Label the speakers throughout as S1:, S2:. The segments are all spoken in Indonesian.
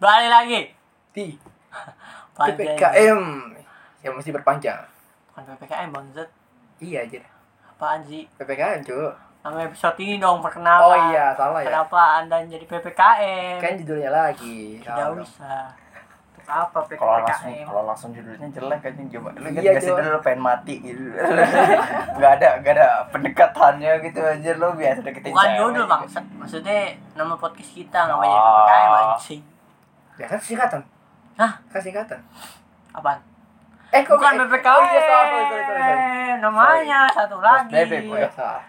S1: Balik lagi.
S2: Di
S1: Panjang.
S2: PPKM yang Ya, mesti berpanjang.
S1: Bukan PPKM bangset.
S2: Iya aja.
S1: Apaan sih?
S2: PPKM cuy.
S1: Nama episode ini dong perkenalan.
S2: Oh iya salah ya.
S1: Kenapa Anda jadi PPKM?
S2: Kan judulnya lagi.
S1: tidak
S2: Salah.
S1: usah. Untuk apa
S3: kalau langsung
S1: PPKM?
S3: kalau langsung judulnya jelek aja coba dulu kan
S2: Iya,
S3: biasa
S2: coba.
S3: dulu pengen mati gitu nggak ada nggak ada pendekatannya gitu aja lo biasa deketin
S1: Bukan
S3: cewek
S1: judul
S3: gitu.
S1: bangset. Maksudnya nama podcast kita namanya
S3: Ah.
S1: PPKM anjing.
S2: Ya kan singkatan.
S1: Hah?
S2: Kan singkatan.
S1: Apaan?
S2: Eh kok
S1: Bukan
S2: eh,
S1: PPKM.
S2: Oh iya salah sorry sorry sorry. sorry.
S1: Namanya satu lagi.
S3: PSBB,
S2: Oh iya salah.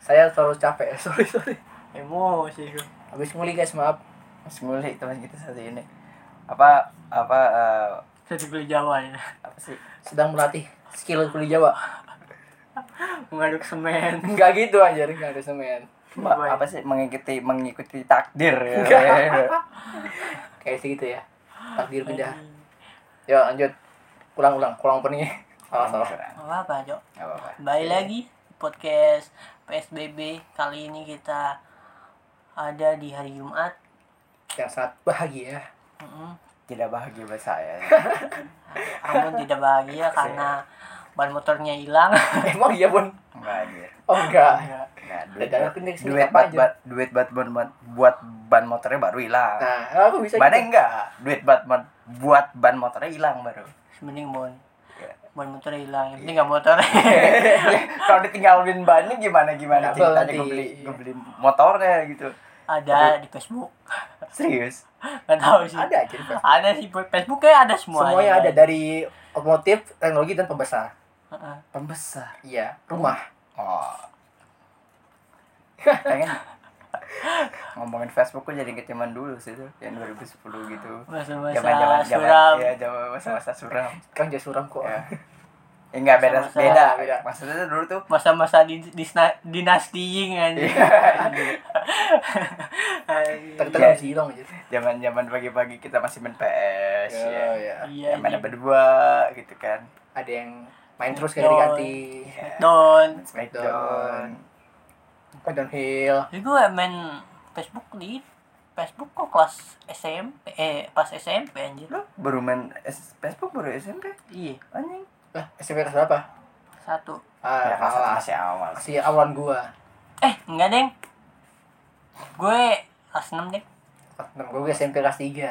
S2: Saya terlalu capek. Sorry sorry.
S1: Emosi gue.
S2: Habis nguli guys maaf.
S3: Mas Muli teman kita satu ini apa apa eh,
S1: Saya dibeli Jawa ya.
S3: apa sih
S2: Sedang melatih skill kuli Jawa.
S1: Mengaduk semen.
S2: Enggak gitu anjir, enggak ada semen.
S3: Ma-
S1: Boy.
S3: apa sih mengikuti mengikuti takdir ya.
S2: Kayak segitu ya. Takdir pindah. Yo lanjut. Ulang-ulang, kurang pening. Salah salah.
S1: Apa apa, Jok?
S3: Nggak apa-apa.
S1: Kembali lagi di podcast PSBB kali ini kita ada di hari Jumat.
S2: Yang sangat bahagia.
S1: Mm-mm.
S3: tidak bahagia buat saya
S1: Namun tidak bahagia karena ban motornya hilang.
S2: Emang iya, Bun.
S3: nggak aja
S2: Oh enggak.
S1: Enggak.
S3: nggak duit
S2: Dadah aku nih
S3: duit buat ban duit buat ban ban- buat ban motornya baru hilang
S2: Nah, aku bisa
S3: Bannya enggak, duit buat ban- buat ban motornya hilang baru.
S1: Mending bon.
S3: Iya.
S1: Ban motornya hilang. Yang penting nggak motor.
S3: Kalau ditinggalin bannya gimana gimana
S2: Nggak
S3: ceritanya
S2: beli.
S3: gue beli gue beli motornya gitu.
S1: ada di Facebook.
S3: Serius?
S1: Enggak tahu sih.
S2: Ada aja di Facebook.
S1: Ada sih Facebook kayak ada semua.
S2: Semuanya ada dari otomotif, teknologi dan pembesar.
S1: Heeh.
S3: Pembesar.
S2: Iya, rumah.
S3: Oh. Pengen ngomongin Facebook gue jadi ke zaman dulu sih tuh, yang 2010 gitu.
S1: Masa-masa suram.
S3: ya zaman masa-masa suram.
S2: Kan dia suram kok.
S3: Ya. Ya enggak beda
S1: Masa-masa-
S3: beda
S2: beda.
S3: beda. Maksudnya tuh dulu tuh
S1: Masa-masa di, disna- dinastying anjing.
S2: Tapi
S3: Iya.
S2: kita masih hilang aja.
S3: zaman-zaman pagi-pagi kita masih main PS ya.
S2: iya.
S1: Iya.
S3: Ya,
S1: anjing.
S3: mana berdua gitu kan.
S2: Ada yang main terus
S3: Iya.
S2: ganti-ganti.
S1: Don.
S3: Smackdown.
S2: Padon Hill.
S1: Jadi gue main Facebook di Facebook kok kelas SMP eh pas SMP anjir.
S3: Lo baru main S- Facebook baru SMP?
S1: Iya,
S3: Anjing.
S2: Lah, SMP kelas berapa?
S1: satu.
S2: Ah,
S3: Ya, kelas satu
S2: kalah.
S3: masih awal. sih.
S2: Si awan gua.
S1: Eh, enggak, Deng. Gue kelas 6, Deng.
S2: Temen gua SMP kelas 3.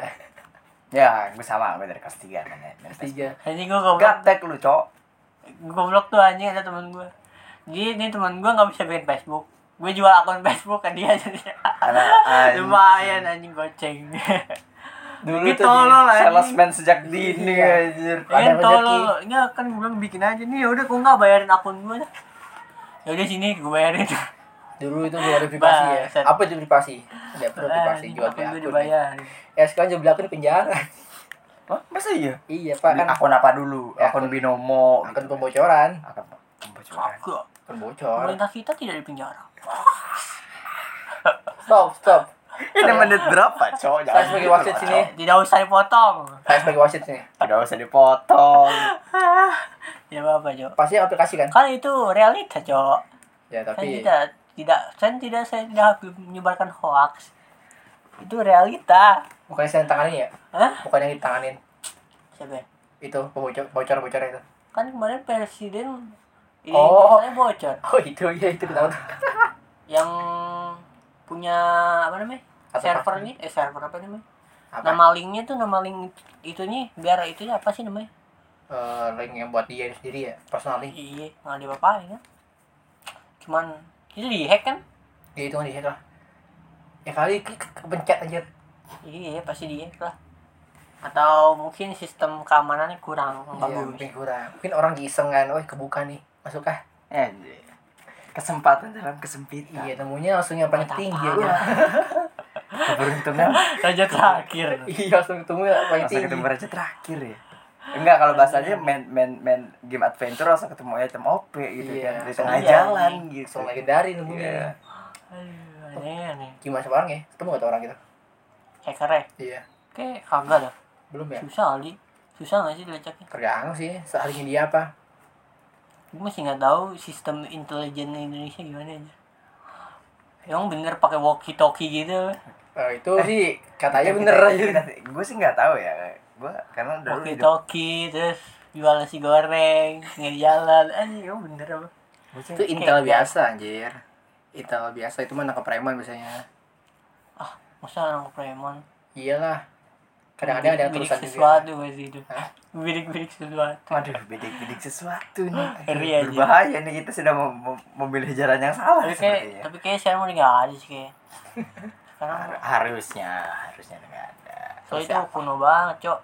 S3: Ya, gue sama, gue dari kelas 3 kan ya. Dari kelas
S2: 3.
S1: Jadi gue goblok.
S3: Gaptek lu, Cok.
S1: Goblok tuh anjing ada teman gue. Jadi ini teman gue nggak bisa bikin Facebook. Gue jual akun Facebook ke dia jadi
S3: Anak anjing.
S1: lumayan anjing goceng.
S3: Dulu
S1: Dikit
S3: tuh di
S1: tolol, anjing.
S3: salesman sejak dini
S2: Iya.
S3: anjir.
S1: Kan
S2: rezeki.
S1: tolol, enggak kan gue bilang bikin aja nih. Udah gue nggak bayarin akun gue. Ya udah sini gue bayarin.
S2: Dulu itu gua verifikasi ya.
S1: Bangsat.
S2: Apa itu verifikasi? Ada verifikasi
S1: Anjing,
S2: jual
S1: akun gue
S2: beli akun.
S1: dibayarin.
S2: Ya sekarang jual beli akun di penjara.
S3: Wah, masa iya?
S2: Iya, Pak, kan
S3: Akun apa dulu?
S2: Ya,
S3: Akun
S2: akun-
S3: binomo.
S2: akun
S3: gitu.
S2: pembocoran.
S3: Akun pembocoran.
S1: Kagak.
S2: Akun bocor.
S1: Pemerintah kita tidak dipenjara.
S2: Stop, stop.
S3: Ini menit berapa, Cok?
S2: Saya sebagai wasit
S3: gitu,
S2: sini.
S3: Cok.
S1: Tidak usah dipotong.
S2: Saya sebagai wasit nih.
S3: Tidak usah dipotong.
S1: Ya apa Jo.
S2: Pasti aplikasi kan?
S1: Kan itu realita Jo.
S2: Ya,
S1: Kan
S2: tapi
S1: tidak tidak saya tidak saya tidak menyebarkan hoax. Itu realita.
S2: bukan yang saya tanganin ya.
S1: Hah?
S2: Bukan yang ditanganin.
S1: Siapa? ya?
S2: Itu pembocor bocor bocor itu.
S1: Kan kemarin presiden ini
S2: Oh.
S1: saya bocor.
S2: Oh, itu ya itu kita tahu.
S1: Yang punya apa namanya?
S2: Apa
S1: server nih, eh server apa namanya?
S2: Apa?
S1: Nama linknya tuh nama link itunya biar itunya apa sih namanya?
S2: Eh, link yang buat dia sendiri ya, personal link.
S1: Iya, nggak diapa-apain kan. Cuman itu di hack kan?
S2: Dia itu di lah. Ya kali ke- ke- kepencet aja.
S1: Iya pasti dia lah. Atau mungkin sistem keamanannya kurang
S2: Iya,
S1: Oh, bagus.
S2: mungkin kurang. Mungkin orang iseng kan, "Woi, kebuka nih. Masuk ah."
S3: Anjir. Kesempatan
S1: Nah.
S3: dalam kesempitan.
S2: Iya, temunya langsung yang paling
S1: Buat
S2: tinggi
S1: apaan?
S2: aja.
S3: Keberuntungan
S1: Raja terakhir.
S2: Iya, langsung ketemu yang paling
S3: langsung ketemu
S2: tinggi.
S3: raja terakhir ya enggak kalau bahasanya main main main game adventure langsung ketemu item OP gitu
S2: Iya.
S3: kan di tengah
S1: Iya.
S3: jalan gitu
S2: Langsung legendaris
S3: Iya.
S2: nemunya.
S1: Aduh, aneh aneh.
S2: Gimana sama orang ya? Ketemu gak tuh orang gitu?
S1: Hacker ya?
S2: Iya.
S1: Kayak kagak dah.
S2: Belum
S3: Iya.
S2: ya?
S1: Susah kali. Susah nggak sih dilecaknya?
S2: Tergantung sih, seharusnya dia apa?
S1: Gue masih nggak tahu sistem intelijen Indonesia gimana aja. Emang bener pakai walkie talkie gitu?
S2: Eh, itu sih katanya bener aja.
S3: Gue Iya, sih nggak tahu ya. Gue karena dulu
S1: Oke
S3: hidup
S1: toki terus jual nasi goreng pinggir jalan anjir oh bener apa
S3: gua sih
S2: Itu intel biasa anjir. Intel biasa itu mana ke preman biasanya.
S1: ah masa orang preman
S2: Iyalah. Kadang-kadang ada
S1: Bidik-
S2: tulisan
S1: bidik
S2: juga.
S1: sesuatu pasti itu
S2: Hah?
S1: bidik-bidik sesuatu
S3: Waduh, bidik-bidik sesuatu nih.
S1: Ngeri aja.
S3: Aduh, berbahaya nih kita sudah mem- mem- memilih jalan yang salah
S1: tapi kayak
S3: sepertinya.
S1: tapi kayak sekarang udah nggak ada sih kayak sekarang
S3: Har- harusnya, harusnya nggak ada.
S1: soalnya itu kuno banget cok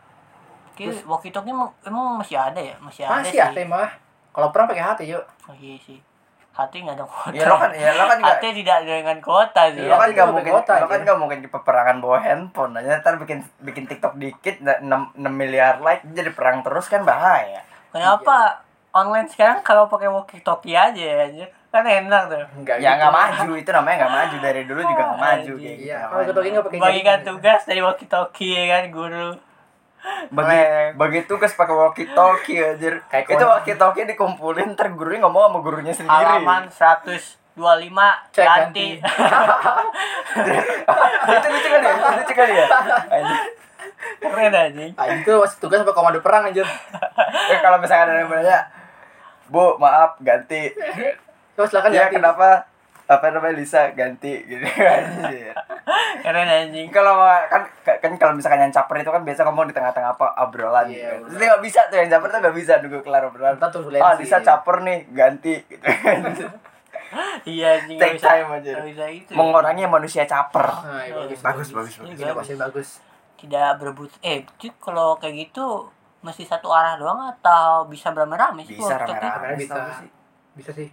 S1: kayak walkie-talkie emang- emang masih ada ya masih ada
S2: Masih ya
S1: sih
S2: tema. Kalau perang pakai hati yuk.
S1: Oh, iya sih hati nggak ada kota
S3: Ya lo kan, ya lo kan nggak,
S1: hati tidak dengan kota sih ya.
S3: lo kan
S2: Iya,
S3: nggak
S2: itu
S3: mungkin,
S2: kota
S3: lo kan
S2: aja.
S3: nggak mungkin di peperangan bawa handphone. Aja ntar bikin bikin TikTok dikit, 6, 6 miliar like jadi perang terus kan bahaya.
S1: kenapa online sekarang kalau pakai walkie-talkie aja ya anjir? kan enak tuh
S2: Enggak
S3: Ya nggak maju itu namanya nggak maju dari dulu juga nggak maju kayak gitu.
S2: gitu Iya,
S3: nggak
S2: kalau
S3: maju.
S2: ketoknya enggak pakai
S1: bagikan
S2: jaringan.
S1: tugas dari walkie-talkie ya kan guru
S3: bagi bagi tugas pakai walkie talkie anjir
S2: Kayak
S3: itu
S2: kawan.
S3: walkie talkie dikumpulin ntar gurunya ngomong sama gurunya sendiri
S1: halaman 125
S2: Cek
S1: ganti
S2: ganti.
S3: itu lucu kali ya itu lucu kali ya Anjir.
S1: keren anjing
S2: Ah, itu masih tugas apa komando perang anjir.
S3: Eh, kalau misalkan ada yang nanya bu maaf ganti
S2: Terus silakan
S3: ya
S2: Kan ganti.
S3: kenapa apa namanya Lisa ganti gitu anjir
S1: keren anjing
S3: kalau ma- kan kan kalau misalkan yang caper itu kan biasa ngomong di tengah-tengah apa obrolan gitu.
S2: Iya,
S3: Terus dia nggak bisa tuh yang caper tuh nggak bisa nunggu kelar obrolan.
S2: Ntar turbulensi.
S3: Ah, Lisa caper nih, ganti gitu.
S1: iya anjing nggak
S3: Take time aja.
S1: nggak bisa itu
S3: Mengurangi manusia caper.
S2: Nah, ya, bagus.
S3: Bagus, bagus, bagus.
S2: Ini pasti bagus.
S1: tidak berebut eh itu kalau kayak gitu mesti satu arah doang atau bisa beramai-ramai sih
S3: Bisa
S1: kalau TikTok
S3: rame-rame.
S2: Karena bisa.
S3: Bisa sih.
S2: Bisa sih.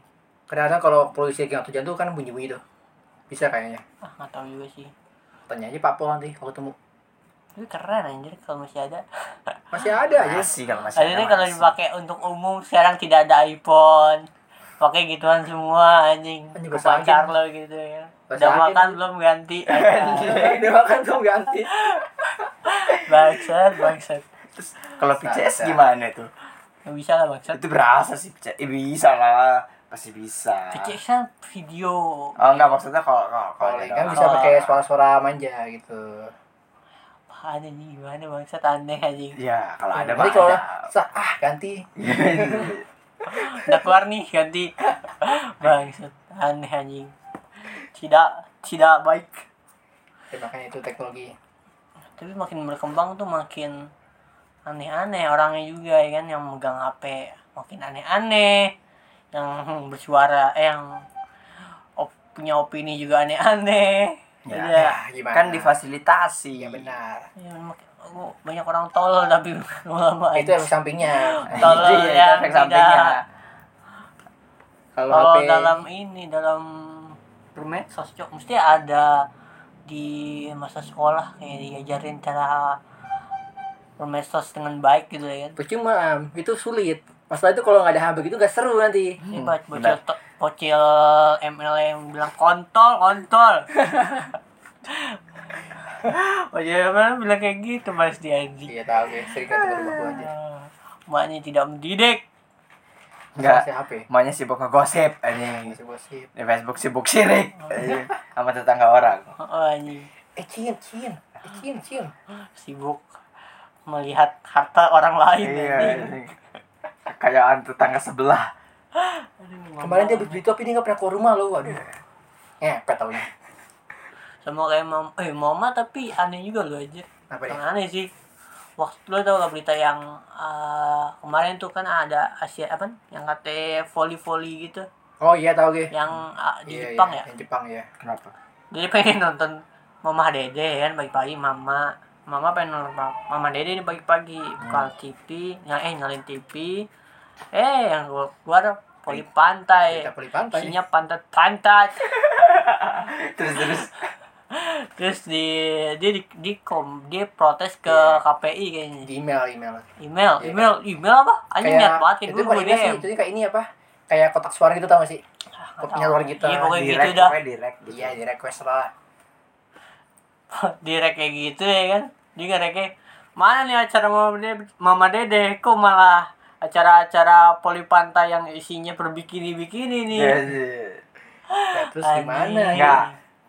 S2: Kadang-kadang kalau polisi lagi ngatu jantung kan bunyi-bunyi tuh. Bisa kayaknya.
S1: itu? ah nggak tahu juga sih
S2: Tanya aja Pak Pol nanti kalau ketemu.
S1: tapi keren anjir kalau masih ada
S2: Masih ada aja.
S3: Iya, sih kalau masih.
S1: Akhirnya kalau
S3: masih.
S1: dipakai untuk umum sekarang tidak ada iPhone. Pakai gituan semua anjing.
S2: Anjing, basah
S1: Kebakar
S2: aja.
S1: lo gitu ya.
S2: Basah
S1: Udah
S2: aja,
S1: makan
S2: anjing.
S1: belum ganti. Anjing.
S2: Dia makan tuh ganti.
S1: bangsat, bangsat.
S3: Terus kalau PCS
S2: Bisa.
S3: gimana tuh?
S1: Nggak bisa lah bangsat.
S3: Itu berasa sih PCS. Eh, bisa lah, pasti bisa.
S1: Kecil kan video.
S3: Oh enggak maksudnya kalau kalau kalau
S2: Calling
S3: ada
S2: kan
S3: orang-
S2: bisa pakai suara-suara manja gitu.
S1: Apaan anjing gimana bangsat aneh anjing.
S3: Iya, kalau ada
S2: Nanti
S3: mah
S2: kalau
S3: ada.
S2: sa- ah ganti.
S1: Udah keluar nih ganti. bangsat aneh anjing. Tidak tidak baik.
S2: Ya, makanya itu teknologi.
S1: Tapi makin berkembang tuh makin aneh-aneh orangnya juga ya kan yang megang HP makin aneh-aneh yang bersuara eh yang op- punya opini juga aneh-aneh
S3: Ya.
S1: Iya.
S2: Ah, gimana?
S3: Kan
S2: Ya
S3: difasilitasi.
S2: benar.
S1: Ya, mak- aku- banyak orang tolol tapi lama
S2: Itu yang sampingnya.
S1: Tolol
S3: Iya, itu
S1: yang
S3: efek sampingnya.
S1: tidak-
S2: Kalau
S1: tolol
S2: HP
S1: dalam ini dalam
S3: Rumah
S1: sosok mesti ada di masa sekolah kayak diajarin cara bermesos dengan baik gitu ya kan
S2: percuma itu sulit. Masalah itu kalau nggak ada HP gitu nggak seru nanti.
S1: Ini
S3: Hmm,
S1: buat bocil
S3: benar.
S1: to- bocil MLM bilang kontol, kontol. Bocil MLM bilang kayak gitu mas di anjing.
S2: Iya tahu gue sering kan rumah gue aja.
S1: Ah, Maknya tidak mendidik.
S3: Enggak.
S2: Masih HP.
S3: Maunya sibuk ngegosip anjing.
S2: Masih gosip.
S3: Di Facebook sibuk sirik anjing. sama tetangga orang.
S1: Oh, anjing
S2: Eh cium, cium, eh, cium, cium.
S1: sibuk melihat harta orang lain.
S3: Iya, anjing. Kekayaan tetangga sebelah.
S2: Kemarin dia habis beli topi dia nggak pernah keluar rumah loh. Waduh. Ngepet taunya.
S1: sama kayak mom, eh mama tapi aneh juga lo aja.
S2: Apa ya?
S1: Yang aneh sih. Waktu lo tau gak berita yang eh, kemarin tuh kan ada Asia apa? Yang katanya volley-volley gitu.
S2: Oh iya tahu gue.
S1: yang ah, di
S2: Iya,
S1: Jepang
S2: iya,
S1: ya.
S2: Yang Jepang ya.
S3: Kenapa?
S1: Jadi pengen nonton Mama Dede kan pagi-pagi Mama Mama pengen nonton Ma- Mama Dede ini pagi-pagi buka
S2: Hmm.
S1: TV, nyal eh nyalin TV. Eh yang gua keluar poli pantai.
S2: Kita poli pantai.
S1: Isinya pantat-pantat.
S3: Terus terus
S1: Terus di dia di, di kom dia protes ke KPI kayaknya.
S2: Di email, email.
S1: Email,
S2: Iya.
S1: email, email apa? Anjing niat banget ya kayak
S2: itu
S1: gue
S2: bukan
S1: gue
S2: email sih,
S1: DM. Ah,
S2: itu kayak ini apa? Kayak kotak suara gitu tau gak sih? Kotaknya luar kita.
S1: Iya, pokoknya gitu
S3: direct,
S1: dah.
S3: pokoknya direct gitu.
S2: Iya, di request lah.
S1: direk kayak gitu ya kan dia ngereknya mana nih acara mama dede, mama dede kok malah acara-acara poli pantai yang isinya berbikini bikini nih
S3: Iya, iya.
S2: Nah, terus
S1: Anjing.
S2: gimana?
S3: Enggak.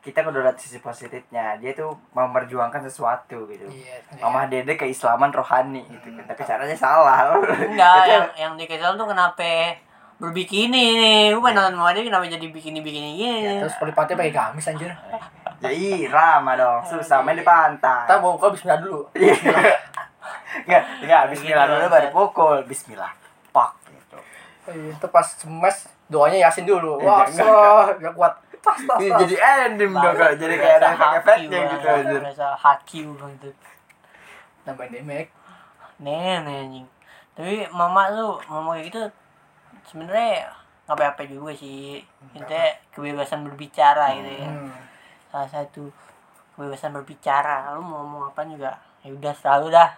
S3: kita kudu lihat sisi positifnya dia tuh mau memperjuangkan sesuatu gitu
S2: Iya.
S3: Mama Dede keislaman rohani gitu kan. Tapi caranya salah.
S1: Enggak,
S3: Itu
S1: yang yang di Kesel tuh kenapa berbikini nih? Gue pengen nonton Muhammad Ali, kenapa jadi bikini-bikini gini?
S2: Ya, terus kalau di pantai pakai gamis anjir.
S1: Ah.
S3: ya irama dong. Susah main di pantai.
S2: Kita mau buka bismillah dulu. Iya,
S3: Enggak, enggak bismillah dulu baru pukul. Bismillah. Pak gitu.
S2: Iya, itu pas semes doanya yasin dulu.
S1: Eh,
S3: Iya,
S2: Wah,
S3: enggak,
S2: so, enggak kuat. Tas tas
S1: Iya,
S3: Ini
S2: tas.
S3: jadi ending dong kalau jadi kayak
S2: Iya,
S3: ada
S1: Berasa
S3: efeknya
S1: haki
S3: gitu
S1: banget,
S3: aja.
S1: Berasa haki gitu.
S2: Nambahin demek.
S1: Nenek anjing. Tapi mama tuh, mama kayak gitu sebenarnya nggak apa-apa juga sih. Intinya kebebasan berbicara gitu ya.
S2: Hmm.
S1: Salah satu kebebasan berbicara. Lu mau ngomong apa juga, ya udah selalu dah.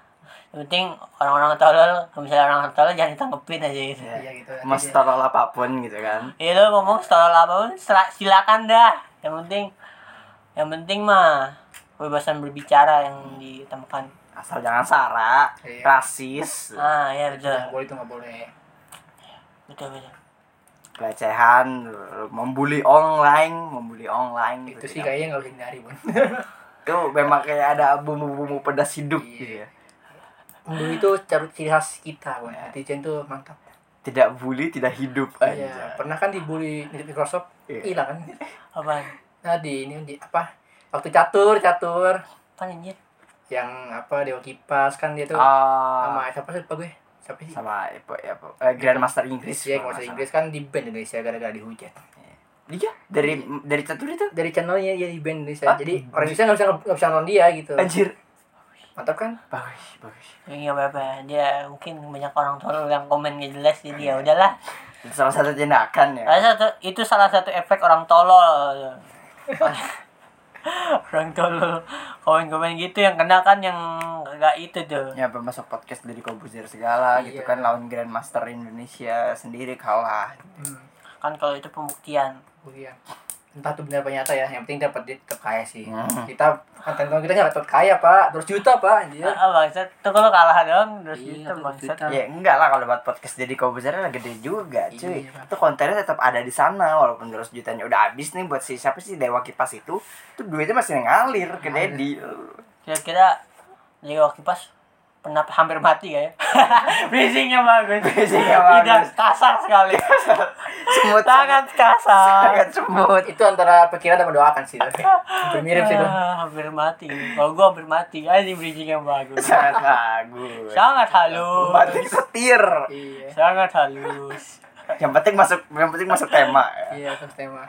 S1: Yang penting orang-orang tolol, kalau misalnya orang tolol jangan ditanggepin aja gitu.
S2: Iya gitu.
S3: Mas tolol apapun gitu kan.
S1: Ya lo ngomong setolol apapun sila- silakan dah. Yang penting yang penting mah kebebasan berbicara yang ditemukan.
S3: Asal jangan sara,
S2: Iya.
S3: rasis,
S1: Ah ya betul.
S2: Enggak boleh itu enggak boleh.
S1: Betul betul.
S3: pelecehan, membuli online, membuli online.
S2: Itu sih
S3: gitu kan.
S2: kayaknya enggak bisa dihindari, Bun.
S3: Itu memang kayak ada bumbu-bumbu pedas hidup
S2: Iya.
S3: gitu ya.
S2: Dulu itu cari ciri khas
S1: Iya.
S2: kita, Bun. Netizen tuh mantap.
S3: Tidak bully, tidak hidup aja.
S2: Iya, pernah kan dibully di Microsoft?
S3: Iya.
S2: Hilang kan?
S1: Apaan?
S2: Nah, di ini di apa? Waktu catur, catur
S1: Apaan anjir?
S2: yang apa Dewa Kipas kan dia tuh
S3: Ah,
S2: sama siapa sih lupa gue? Siapa sih?
S3: sama apa ya apa- eh, Grandmaster Inggris.
S2: Inggris ya,
S3: kalau
S2: kalau
S3: nggak
S2: Inggris kan di band Indonesia gara-gara dihujat.
S3: salah. Iya, dari dari catur itu.
S2: Dari channelnya dia di band Indonesia.
S3: Ah,
S2: Jadi
S3: di-
S2: orang Indonesia nggak bisa nggak bisa nonton dia gitu.
S3: Anjir.
S2: Mantap kan?
S3: Bagus, bagus.
S1: Ini nggak apa-apa. Iya, Dia mungkin banyak orang tolol yang komen gak jelas jadi ya udahlah.
S3: Itu salah satu tindakan
S2: Iya.
S3: ya.
S1: Salah satu itu salah satu efek orang tolol. orang tolol komen-komen gitu yang kena kan yang gak itu tuh.
S3: Ya apa, masuk podcast dari Kobuzer segala gitu
S2: Iya.
S3: kan lawan Grandmaster Indonesia sendiri kalah.
S1: Kan kalau itu pembuktian.
S2: Hmm, Iya. Entah itu benar apa nyata ya. Yang penting dapat dia tetap kaya sih.
S3: Hmm.
S2: Kita konten kita nggak dapat kaya pak. Terus juta pak anjir.
S1: Ah, bangsat, tuh kalau kalah doang terus
S2: Iya,
S1: gitu
S2: terus
S1: bangsat.
S2: juta.
S3: Ya enggak lah kalau buat podcast jadi Kobuzer lah gede juga cuy.
S2: Iya, Pak.
S3: Itu kontennya tetap ada di sana walaupun terus jutanya udah habis nih buat si siapa sih Dewa Kipas itu. Itu duitnya masih ngalir ke Dedi.
S1: kira-kira Leo kipas pernah hampir mati gak ya? Breathingnya bagus.
S3: Breathing-nya
S1: Tidak
S3: bagus.
S1: kasar sekali.
S3: Semut
S1: Sangat kasar.
S3: sangat semut.
S2: Itu antara pikiran dan mendoakan sih. tapi. Hampir mirip Iya, sih tuh.
S1: Ah, hampir mati. Kalau gua hampir mati, aja breathingnya bagus.
S3: sangat bagus
S1: Sangat halus.
S3: penting setir
S2: Iya.
S1: Sangat halus.
S3: yang penting masuk yang penting masuk tema
S2: Iya terus tema.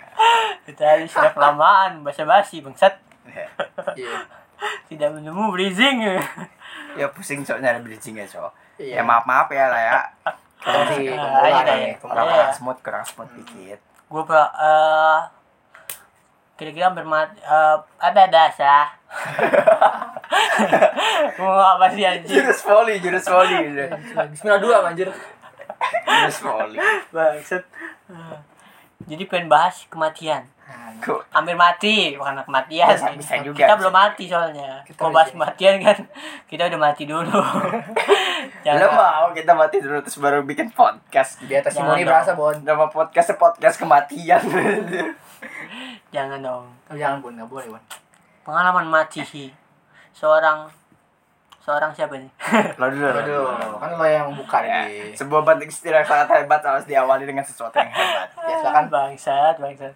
S1: Kita ini sudah kelamaan basa-basi bangsat.
S2: Iya.
S1: Tidak menemu breathing.
S3: ya pusing cok nyari bridging ya cok
S2: Iya.
S3: ya maaf maaf ya lah ya
S2: Kita mesti
S1: Ah,
S2: kumpulan
S1: iya,
S2: ya.
S1: iya.
S3: kurang
S2: kumpulan.
S1: Iya.
S3: smooth kurang smooth dikit
S1: Gua pra- eh, kira-kira hampir mati. eh, ada dasar. Mau apa sih anjing?
S3: jurus volley jurus volley gitu.
S2: Bismillah dua anjir.
S3: jurus volley
S1: Maksud Eh, Jadi pengen bahas kematian
S2: Nah,
S3: Kok-
S1: Hampir mati Bukan kematian
S3: Bisa- bisa juga,
S1: Kita
S3: bisa
S1: belum mati soalnya
S2: Kita
S1: Kalau bahas
S2: bisa.
S1: kematian kan Kita udah mati dulu
S3: lo
S1: Jangan
S3: mau kita mati dulu terus baru bikin podcast
S2: Di atas
S1: Jangan
S2: Simoni
S1: dong.
S2: berasa bon.
S3: nama podcastnya podcast kematian
S1: Jangan dong
S2: Tapi jangan bon nggak boleh bon.
S1: Pengalaman mati sih Seorang Seorang siapa nih?
S3: lo dulu lo dulu
S2: Aduh, kan lo yang buka
S3: Ya,
S2: di.
S3: sebuah banting setir yang sangat hebat harus diawali dengan sesuatu yang hebat
S2: Ya silakan.
S1: Kan Bangsat Bangsat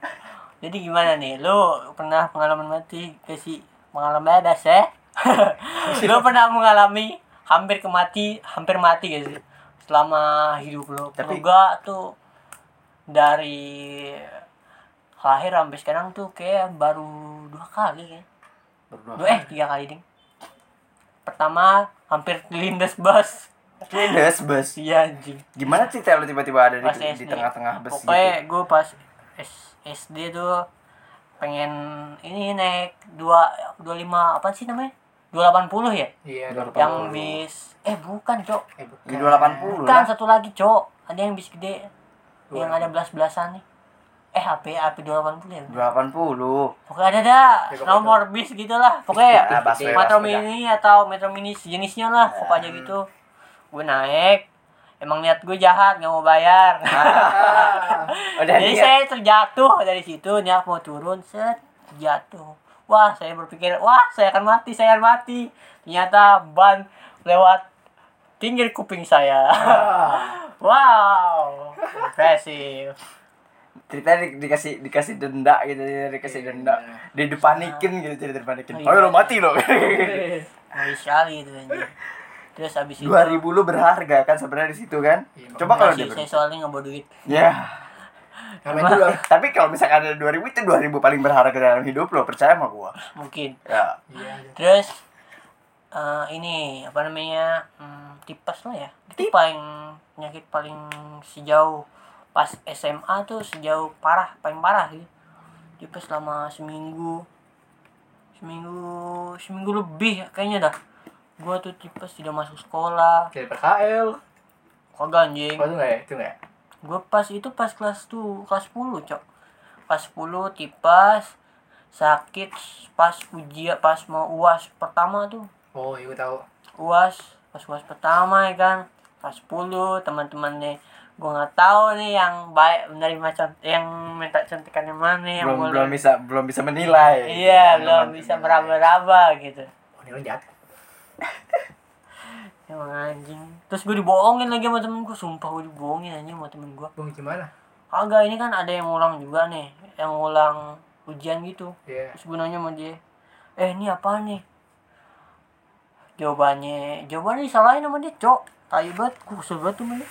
S1: Jadi gimana nih? Lu pernah pengalaman mati Gak sih? Pengalaman ada sih Lu pernah mengalami Hampir kemati Hampir mati gak sih? Selama hidup lu Kalau
S3: Tapi-
S1: gua tuh Dari Lahir sampai sekarang tuh kayak baru dua kali ya. Dua, eh tiga kali ding Pertama hampir kelindes bus
S3: ini des bus
S1: Iya anjing
S3: Gimana sih lo tiba-tiba ada di,
S1: pas
S3: di
S1: SD.
S3: tengah-tengah gitu. besi
S1: pokoknya gue pas S- SD tuh pengen ini naik dua dua lima apa sih namanya dua delapan puluh ya
S2: Iya.
S3: Dua-
S1: yang
S3: 280.
S1: bis eh bukan cok
S2: Eh,
S3: Di 280
S1: bukan
S3: lah.
S1: satu lagi cok ada yang bis gede yang
S2: 280.
S1: ada belas belasan nih eh HP HP dua delapan puluh ya
S3: 280.
S1: pokoknya ada dah
S2: Ya, pokoknya
S1: nomor bis gitulah pokoknya
S3: Ya, bas-
S1: metro
S3: bas-
S1: mini atau metro mini sejenisnya lah pokoknya gitu gue naik emang niat gue jahat nggak mau bayar
S3: Ah. Udah
S1: Jadi
S3: niat.
S1: saya terjatuh dari situ, nih aku mau turun, set. jatuh wah saya berpikir wah saya akan mati saya akan mati ternyata ban lewat pinggir kuping saya wow impresif
S3: ceritanya di- dikasih dikasih denda gitu ya, dikasih denda di depanikin gitu cerita depanikin
S1: Iya. Oh,
S3: oh,
S1: iya.
S3: lo mati lo
S1: ngeri sekali itu anjir terus abis itu
S3: dua ribu lo berharga kan sebenarnya di situ kan
S2: Iya,
S3: coba kalau
S1: Masih,
S3: dia
S1: saya
S3: ber-
S1: soalnya nggak bawa duit
S3: ya
S2: Karena itu loh.
S3: tapi kalau misalkan ada dua ribu itu dua ribu paling berharga dalam hidup lo percaya sama gua
S1: mungkin
S3: ya
S2: Iya.
S1: terus eh, ini apa namanya hmm, tipes lah ya itu paling penyakit paling sejauh pas SMA tuh sejauh parah paling parah sih tipes selama seminggu seminggu seminggu lebih kayaknya dah gua tuh tipes tidak masuk sekolah
S2: Dari PKL.
S1: kagak anjing
S2: Oh, itu enggak ya? Itu enggak ya?
S1: gue pas itu pas kelas tuh kelas 10 cok kelas 10 tipes sakit pas ujian pas mau uas pertama tuh
S2: Oh, iya gue tahu.
S1: uas pas uas pertama ya kan kelas 10 teman-temannya gue nggak tahu nih yang baik menerima cont- yang minta contekan yang mana yang Iya,
S3: belum
S1: boleh.
S3: belum bisa ya, belum bisa menilai
S1: iya
S3: Yang
S1: belum
S3: mana-
S1: bisa meraba-raba gitu
S2: Oh, ini orang jahat.
S1: emang anjing terus gue dibohongin lagi sama temen gue sumpah gue dibohongin anjing sama temen gue
S2: Bang, gimana?
S1: agak ini kan ada yang ulang juga nih yang ulang ujian gitu
S2: Iya.
S1: terus gue nanya sama dia eh ini apa nih jawabannya jawabannya disalahin sama dia cok tai banget gue kesel banget tuh sama dia.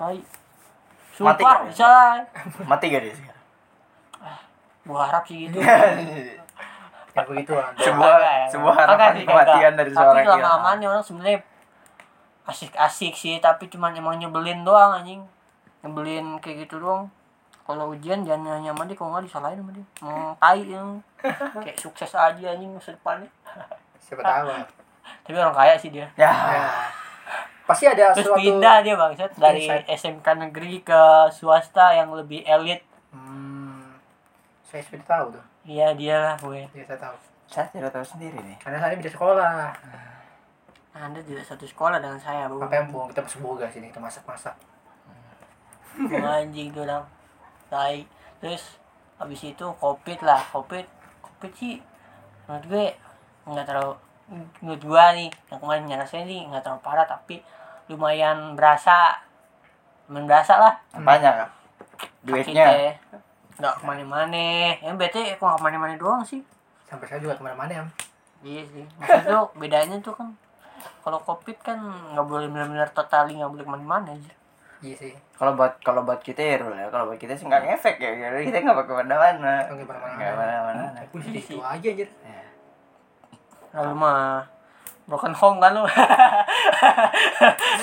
S1: tai
S3: Mati
S1: sumpah
S3: nggak?
S1: disalahin
S3: mati gak dia sekarang?
S1: gue harap sih gitu
S2: Yang begitu kan.
S3: sebuah
S1: Kagak ya.
S3: sebuah
S1: Kagak
S3: harapan
S1: sih, kagak.
S3: kematian dari seorang
S1: tapi lama
S3: yang
S1: lamaan orang sebenarnya asik-asik sih tapi cuman emang nyebelin doang anjing nyebelin kayak gitu doang kalau ujian jangan nanya sama dia kalau nggak disalahin sama dia mau tai ya. kayak sukses aja anjing masa depannya
S2: Siapa tahu. kan.
S1: tapi orang kaya sih dia
S3: ya
S2: Ya. Pasti ada
S1: terus
S2: suatu
S1: pindah dia bangsat dari
S2: Insight.
S1: SMK negeri ke swasta yang lebih elit
S2: Hmm. Saya sudah tahu tuh.
S1: iya dia lah gue
S2: Iya, saya tahu.
S3: saya tidak tahu sendiri nih
S2: Karena saya bisa sekolah.
S1: anda tidak satu sekolah dengan saya bu
S2: Makanya buang kita seboga sini kita masak-masak.
S1: anjing tuh dong tai terus habis itu covid lah covid covid sih menurut gue nggak terlalu menurut gue nih yang kemarin nyarasin sih nggak terlalu parah tapi lumayan berasa lumayan berasa lah
S3: apanya kak duitnya
S1: sakitnya. nggak kemana-mana yang bete kok nggak kemana-mana doang sih
S2: Sampai saya juga kemana-mana ya.
S1: Iya sih. Maksud tuh bedanya tuh kan kalau covid kan nggak boleh benar-benar totali nggak boleh kemana-mana aja.
S2: Iya sih.
S3: kalau buat kalau buat kita ya Rul, ya kalau buat kita sih nggak ngefek ya jadi kita nggak pakai mana mana
S2: Nggak kemana-mana.
S3: nggak mana mana
S2: Aku di situ gitu aja anjir.
S1: Lalu mah broken home kan lu.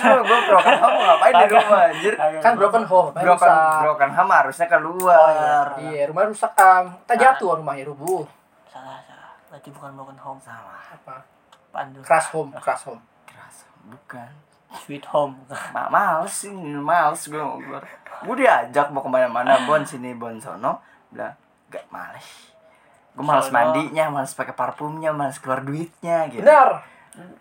S3: gue broken home ngapain di rumah anjir
S2: Kan broken home, rumah
S3: broken
S2: rusak.
S3: broken home harusnya keluar
S2: Iya, rumah rusak am. Kita jatuh rumahnya rubuh.
S1: salah salah. Berarti bukan broken home.
S3: sama
S2: Apa?
S1: Pandu.
S2: Crash home, crash home.
S3: keras bukan
S1: Sweet home.
S3: Ma males sih males gue mau keluar gue diajak mau kemana mana bon sini bon sono bilang gak males gue males
S1: Sono.
S3: mandinya males pakai parfumnya males keluar duitnya gitu
S2: Benar.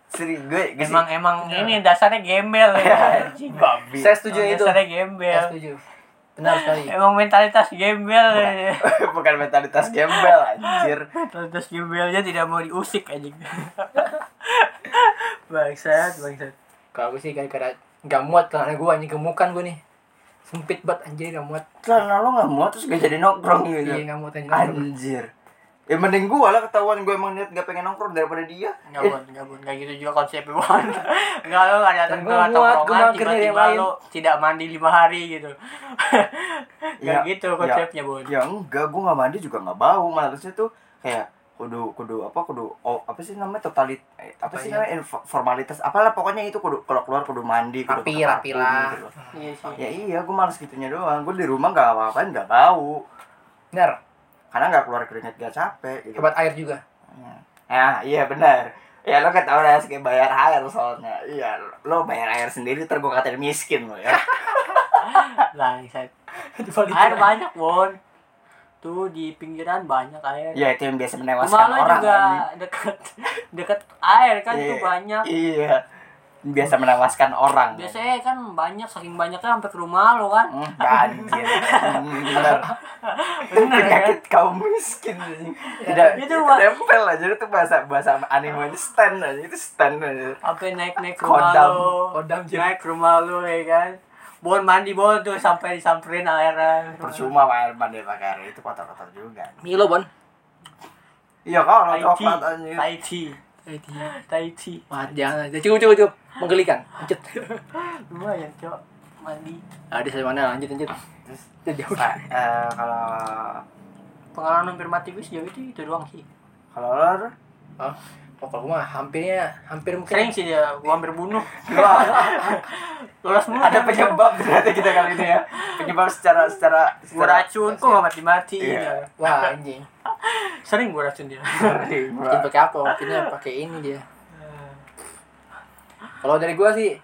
S3: Seri, gue gue sih-
S1: emang emang ini dasarnya gembel ya. anjing.
S3: babi
S2: Saya Iya. setuju
S1: Emang
S2: itu.
S1: Dasarnya
S2: Iya, Saya
S1: gembel.
S2: setuju. Benar sekali.
S1: Emang mentalitas gembel. ya.
S3: bukan mentalitas gembel anjir
S1: Mentalitas gembelnya tidak mau diusik anjing. bangsat, bangsat.
S2: Kalau gue sih gara-gara gak muat celana gue anjing gemukan gue nih. Sempit banget anjir gak muat.
S3: celana lo gak muat terus gak jadi nongkrong gitu
S2: Iya gak muat anjir.
S3: anjir ya mending gue lah ketahuan gue emang niat gak pengen nongkrong daripada dia
S1: Enggak bun, enggak bun, enggak gitu juga konsepnya bun Enggak lo enggak datang
S2: Dan
S1: ke
S2: gua muat, gua
S1: tongkrongan
S2: mager dari yang
S1: tiba-tiba
S2: lain.
S1: lo tidak mandi lima hari gitu Enggak
S3: Ya,
S1: gitu
S3: ya.
S1: konsepnya bun
S3: ya enggak gue nggak mandi juga nggak bau malasnya tuh kayak kudu kudu apa kudu oh, apa sih namanya totalit eh, apa sih
S2: Apanya?
S3: namanya Info- formalitas apalah pokoknya itu kudu kalau keluar kudu mandi kudu
S2: Rapi,
S3: pakai
S2: rapi
S3: parfum,
S2: lah.
S3: gitu loh.
S1: Iya sih
S3: ya iya gue malas gitunya doang gue di rumah nggak apa-apain nggak bau
S2: Benar.
S3: karena nggak keluar keringat nggak capek gitu
S2: Hebat air juga.
S3: ya iya benar ya lo kan tau lah kayak bayar air soalnya iya lo bayar air sendiri ntar gue katain miskin lo ya
S1: Bangsat
S2: Itu paling
S1: Air banyak bun Tuh di pinggiran banyak air
S3: ya itu yang biasa menewaskan
S1: Rumah lo
S3: orang
S1: juga
S3: anjing.
S1: deket, deket air kan tuh
S3: Iya.
S1: banyak
S3: iya biasa menewaskan orang
S1: Biasanya kan banyak, saking banyaknya sampai ke rumah lo kan.
S3: Hmm, anjir Hmm, bener
S1: Bener kan? Ya,
S3: penyakit kaum miskin anjing. tidak
S1: Itu
S3: itu
S1: mah-
S3: nempel aja itu bahasa bahasa anime itu stand aja itu stand aja
S1: Sampai naik-naik ke rumah
S3: Kodam.
S1: lo.
S2: Kodam, Jir.
S1: Naik ke rumah lo ya kan. Bon mandi bon tuh sampai disamperin airnya.
S3: percuma Pak air mandi pakai air itu kotor-kotor juga
S2: Milo Bon
S3: iya kalau
S1: Tai chi,
S3: coklat anjir
S1: tai chi, tai chi.
S2: Wah jangan aja cukup cukup cukup menggelikan lanjut
S1: Lumayan ya, cok mandi.
S2: ada saya mana Ah, lanjut lanjut
S3: Terus,
S2: Jangan jauh
S3: Pak, eh, kalau
S1: Pengalaman hampir mati gue sejauh itu itu doang sih.
S3: kalau lo
S2: oh pokok mah hampirnya hampir mungkin
S1: Sering sih dia, gua hampir bunuh.
S3: Wah,
S1: Lolos mulu.
S3: ada penyebab ternyata kita kali ini ya penyebab secara secara,
S1: Gua
S3: secara
S1: racun, kok gak mati-mati ya.
S3: Iya.
S2: wah anjing
S1: Sering gua racun dia
S3: Iya,
S2: bikin pakai apa bikinnya pakai ini dia kalau dari gua sih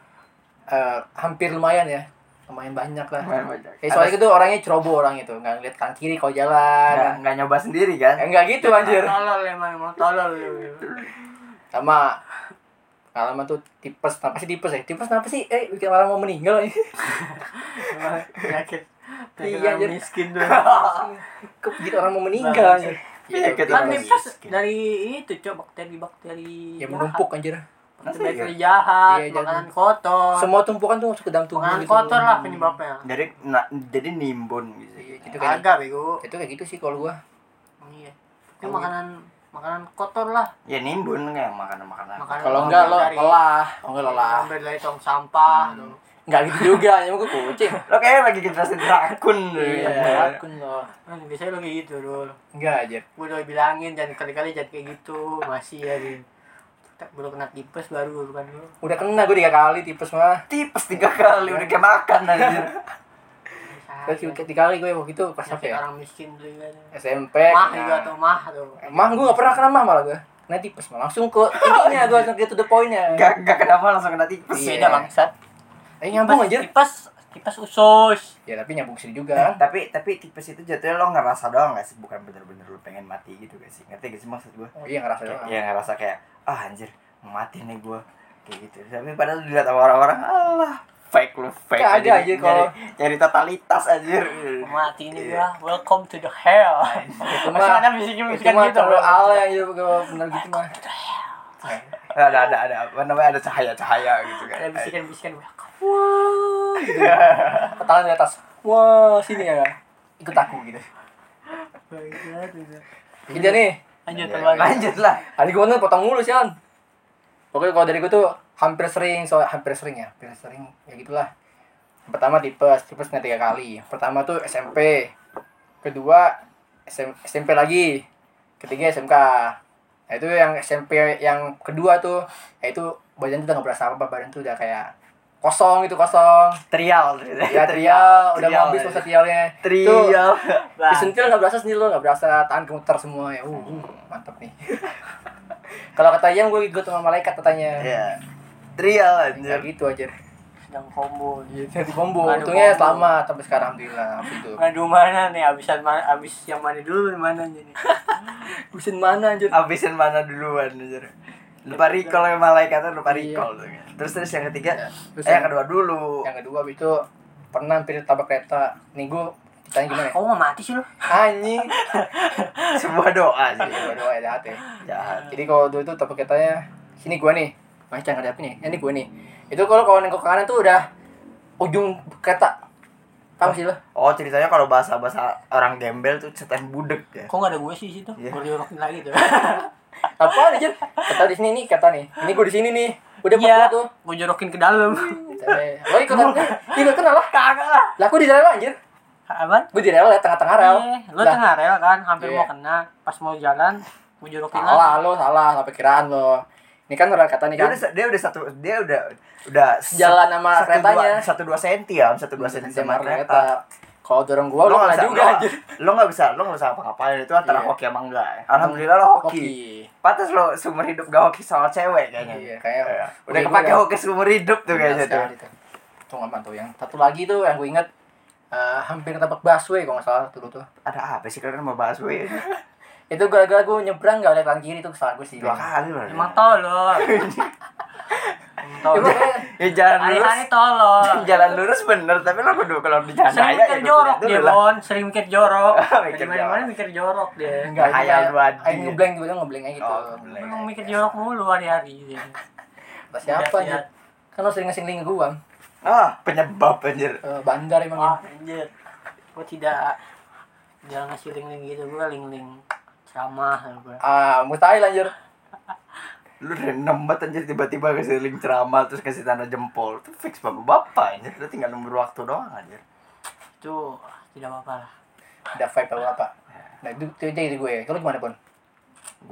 S2: eh, hampir lumayan ya lumayan banyak lah
S3: Lumayan banyak.
S2: Eh, soalnya itu orangnya ceroboh orang itu nggak ngeliat kanan kiri kalau jalan
S3: nggak nyoba sendiri kan
S2: Eh, nggak gitu anjir
S1: Tolol emang, emang tolol ya.
S2: sama pengalaman tuh tipes kenapa sih tipes ya tipes kenapa sih eh bikin orang mau meninggal
S1: Emang Penyakit Penyakit
S2: Iya,
S1: orang
S2: anjir.
S1: miskin tuh
S2: kok bikin orang mau meninggal
S1: Bangsat.
S2: ya,
S3: Penyakit
S1: Kan
S3: orang
S2: tipes.
S1: tipes
S3: miskin.
S1: dari itu cok bakteri-bakteri
S2: ya
S1: jahat.
S2: menumpuk anjir
S1: Bakteri jahat,
S2: Iya, jadi-
S1: makanan kotor
S2: semua tumpukan tuh masuk ke dalam tubuh
S1: Makanan
S2: gitu.
S1: kotor lah penyebabnya
S3: jadi na- jadi nimbun
S2: Iya,
S3: gitu
S2: itu kayak
S1: Agak bego
S2: itu kayak gitu sih kalau gua
S1: Iya Itu makanan makanan kotor lah
S3: ya nimbun kayak makanan makanan
S1: Makanan
S2: kalau enggak lo
S1: dari-
S2: lelah kalau enggak lelah
S1: Ambil dari tong sampah tuh.
S2: enggak gitu juga ya gua kucing
S3: lo kayak lagi jelasin rakun
S2: iya akun lo
S1: Kan biasanya lo kayak gitu dulu.
S2: enggak aja
S1: Gue udah bilangin jangan kali-kali jangan kayak gitu, masih ya Din. Tak baru kena tipes baru bukan lu.
S2: udah kena gua tiga kali tipes mah
S3: tipes tiga kali udah kayak makan
S2: Iya.
S3: aja
S1: Ah,
S2: Gua tiga, tiga kali gue waktu itu pas apa
S1: Penyakit
S2: ya Eh,
S1: orang miskin tuh kan.
S2: SMP
S1: Mah
S2: kena-
S1: juga tuh mah tuh.
S2: Emang gue gak pernah kena mah malah gue Kena tipes mah langsung ke intinya gue langsung ke to the point-nya
S3: gak gak kenapa langsung kena tipes
S2: Iya.
S1: Beda bangsat.
S2: Eh nyambung aja
S1: Tipes, tipes usus.
S2: Ya tapi nyambung sini
S3: Eh,
S2: juga
S3: tapi tapi tipes itu jatuhnya lo ngerasa doang gak sih bukan bener-bener lo pengen mati gitu gak sih ngerti gak sih maksud gue
S2: Oh iya ngerasa
S3: kayak
S2: doang
S3: ya ngerasa kayak ah anjir mau mati nih gue kayak gitu tapi padahal dilihat sama orang-orang Allah fake lu fake
S2: Kagak,
S3: Jadi-
S2: anjir,
S3: jadi-
S2: kalau-
S3: jadi totalitas anjir
S1: Mati ini gua, welcome to the hell.
S2: Itu
S1: Masih
S2: mah
S1: ada bisik-bisikan
S2: Itu mah
S1: gitu.
S2: terlalu alay aja gue bener gitu mah Nah,
S3: ada ada ada apa namanya ada cahaya cahaya gitu kan
S1: Ada bisikan-bisikan welcome.
S2: Wah gitu Ketalan di atas Wah sini ya Ikut aku gitu
S1: Bangsat, gitu.
S2: Gitu nih
S1: Lanjut
S3: Ya,
S1: teman.
S3: lanjut lah
S2: Hari gue bener potong mulu Sian Pokoknya kalau dari gue tuh hampir sering so hampir sering ya hampir sering ya gitulah pertama tipes tipes kena tiga kali pertama tuh SMP kedua SM SMP lagi ketiga SMK nah itu yang SMP yang kedua tuh ya itu badan tuh udah gak berasa apa badan tuh udah kayak kosong itu kosong
S3: trial
S2: ya trial udah mau
S3: trial.
S2: habis masa trialnya Tuh,
S3: trial
S1: Bang.
S2: Disentil nggak berasa senil lo nggak berasa tahan kemuter semua ya. Uh, uh, mantap nih. Kalau kata Ian gue ikut sama malaikat katanya.
S3: ya trial anjir
S2: Nggak gitu aja.
S1: Sedang combo. gitu.
S2: Jadi bombo.
S1: Aduh,
S2: Untungnya
S1: bombo.
S2: selamat sampai sekarang alhamdulillah abis itu.
S1: Aduh mana nih abisan mana abis yang mana dulu yang mana nih?
S2: Busin mana anjir?
S3: habisin mana duluan anjir lupa recall yang malaikatnya lupa
S2: Iya.
S3: recall tuh. kan. terus terus yang ketiga
S2: Terus
S3: eh yang
S2: yang-
S3: kedua dulu
S2: Yang kedua abis itu pernah hampir tabrak kereta. Nih gue ditanya gimana? ya?
S1: Kamu mau mati sih lu?
S2: Anjing.
S3: sebuah doa sih
S2: Aduh, doa ya jahat ya.
S3: jahat
S2: Jadi kalau dulu tuh tabrak keretanya sini gue nih. Mas jangan ada nih. Ini gue nih. Itu kalau kalau nengok ke kanan tuh udah ujung kereta. Paham sih lo?
S3: Oh ceritanya kalau bahasa bahasa orang gembel tuh setan budek ya.
S1: Kok gak ada gue sih di situ?
S3: Iya.
S1: Gue diokin lagi tuh.
S2: apa aja kata di sini nih kata nih ini gue di sini nih udah
S1: Iya,
S2: yeah. tuh
S1: gue jorokin ke dalam.
S2: Eh, lo ikut aku eh, ikut kenal lah
S1: Kagak lah.
S2: lah gue di rel anjir
S1: Apaan?
S2: gue di rel ya tengah-tengah rel
S1: Eh, lu
S2: Lah,
S1: tengah rel kan, hampir
S2: Iya.
S1: mau kena. Pas mau jalan, gue jorokin
S2: salah
S1: lagi.
S2: lo salah salah pikiran lo ini kan rel kata nih
S3: Dia
S2: kan
S3: Ya udah, sa- dia udah satu dia udah udah se-
S2: Jalan sama
S3: satu
S2: keretanya.
S3: dua, satu dua senti ya satu dua senti sama
S2: sama
S3: kereta.
S2: kereta kalau dorong gua lo
S3: nggak
S2: kena
S3: bisa-
S2: juga
S3: lo-
S2: anjir
S3: Lo nggak bisa lo nggak bisa apa ngapain itu antara
S2: Iya.
S3: hoki sama enggak. ya. Alhamdulillah lo hoki.
S2: hoki
S3: Pantas lo seumur hidup gak hoki soal cewek kayaknya.
S2: Iya, kayak-
S3: Iya. udah
S2: Udah Iya
S3: kepake
S2: gua- ya.
S3: hoki seumur hidup tuh kayaknya tuh.
S2: tuh tuh nggak tuh yang satu lagi tuh yang gue inget eh, hampir ketabrak busway kalau nggak salah dulu tuh
S3: Ada apa sih kalian mau bahas gue?
S2: itu Iya. gara-gara gue nyebrang gak lihat kanan kiri tuh kesalahan gue sih
S3: Dua kali loh.
S1: Emang tolol. Tolong.
S2: Coba kayak
S3: ya jalan lurus
S1: Aneh-aneh tolong.
S3: jalan lurus bener tapi lo kudu kalau di jalan
S1: Sering
S3: raya
S1: mikir
S3: ya
S1: kan jorok
S3: kudu
S1: dia,
S3: lihat dulu lah.
S1: Bon. Sering mikir jorok.
S3: Mikir
S1: Dari mana-mana mikir jorok dia.
S2: enggak
S3: Kayak
S2: kayak
S3: lu adi.
S2: aing ngeblank tiba ngeblank aja gitu.
S3: ya? Oh, ngeblank.
S1: Emang mikir jorok mulu hari-hari. dia.
S2: Pas siapa
S1: Iya,
S2: ya? Kan lo sering ngasih link ke gua.
S3: ah penyebab anjir
S2: Eh, bandar
S1: Wah,
S3: Ah.
S2: emang.
S1: anjir. Gue tidak jangan ngasih link-link gitu. Gue link-link ceramah gue.
S2: Ah, mustahil anjir.
S3: lu random banget anjir tiba-tiba kasih link ceramah terus kasih tanda jempol itu fix bapak bapak anjir lu tinggal nunggu waktu doang anjir
S1: Itu tidak apa-apa lah.
S2: Udah vibe apa apa. Nah, itu itu aja dari gue. Kalau gimana, Bon?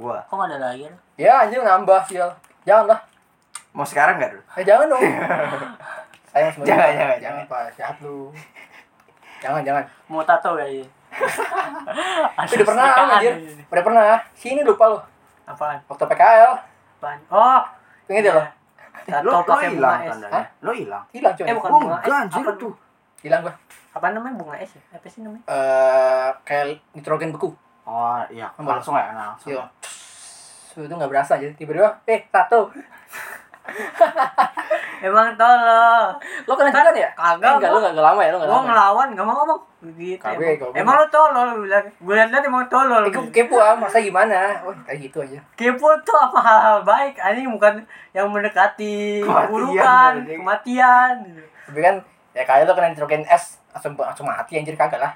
S3: gua
S1: Kok gak ada lagi? Ren?
S2: Ya, anjir nambah, sial. Jangan lah.
S3: mau sekarang gak dulu
S2: Eh, jangan dong. Sayang semuanya.
S3: Jangan, jangan,
S2: jangan. Pak. Jahat lu. Jangan, jangan.
S1: Mau tato ya ini?
S2: Udah pernah, anjir.
S3: iya,
S2: Udah pernah. Sini lupa lu.
S1: Apaan?
S2: Waktu PKL.
S1: Apaan? Oh!
S2: Ingat ya
S3: Iya.
S2: lo?
S1: Tato
S3: lu lu
S1: Iya, pakai
S3: hilang
S1: bunga es.
S3: tandanya
S2: Hah?
S3: lu hilang
S2: Hilang, coy.
S1: Eh, bukan
S3: Oh,
S1: bunga es.
S3: enggak, anjir,
S1: Apa
S3: tuh.
S2: Hilang gua.
S1: Apa namanya bunga es ya? Apa sih namanya?
S2: Eh, kayak nitrogen beku.
S3: oh iya
S2: Ambil.
S3: langsung ya langsung
S2: Yo. Itu Iya. nggak berasa jadi tiba-tiba, eh tato.
S1: Emang tolong.
S2: Lo kena juga nih ya?
S1: Kagak,
S2: Eh, enggak,
S1: gua.
S2: lo enggak lama ya, lo enggak
S1: Gua
S2: lama. ya?
S1: ngelawan, gak mau ngomong. Gitu.
S2: Kagak,
S1: emang.
S2: kagak.
S1: Emang lo tolol lu bilang. Gue liat-liat emang tolol.
S2: Eh, gue kepo ah, masa gimana? Wah, kayak gitu aja.
S1: Kepo tuh apa hal-hal baik anjing bukan yang mendekati
S3: Kematian,
S1: keburukan,
S3: anjing.
S1: kematian.
S2: Tapi kan ya kayak lo kena nitrogen es langsung langsung mati anjir kagak lah.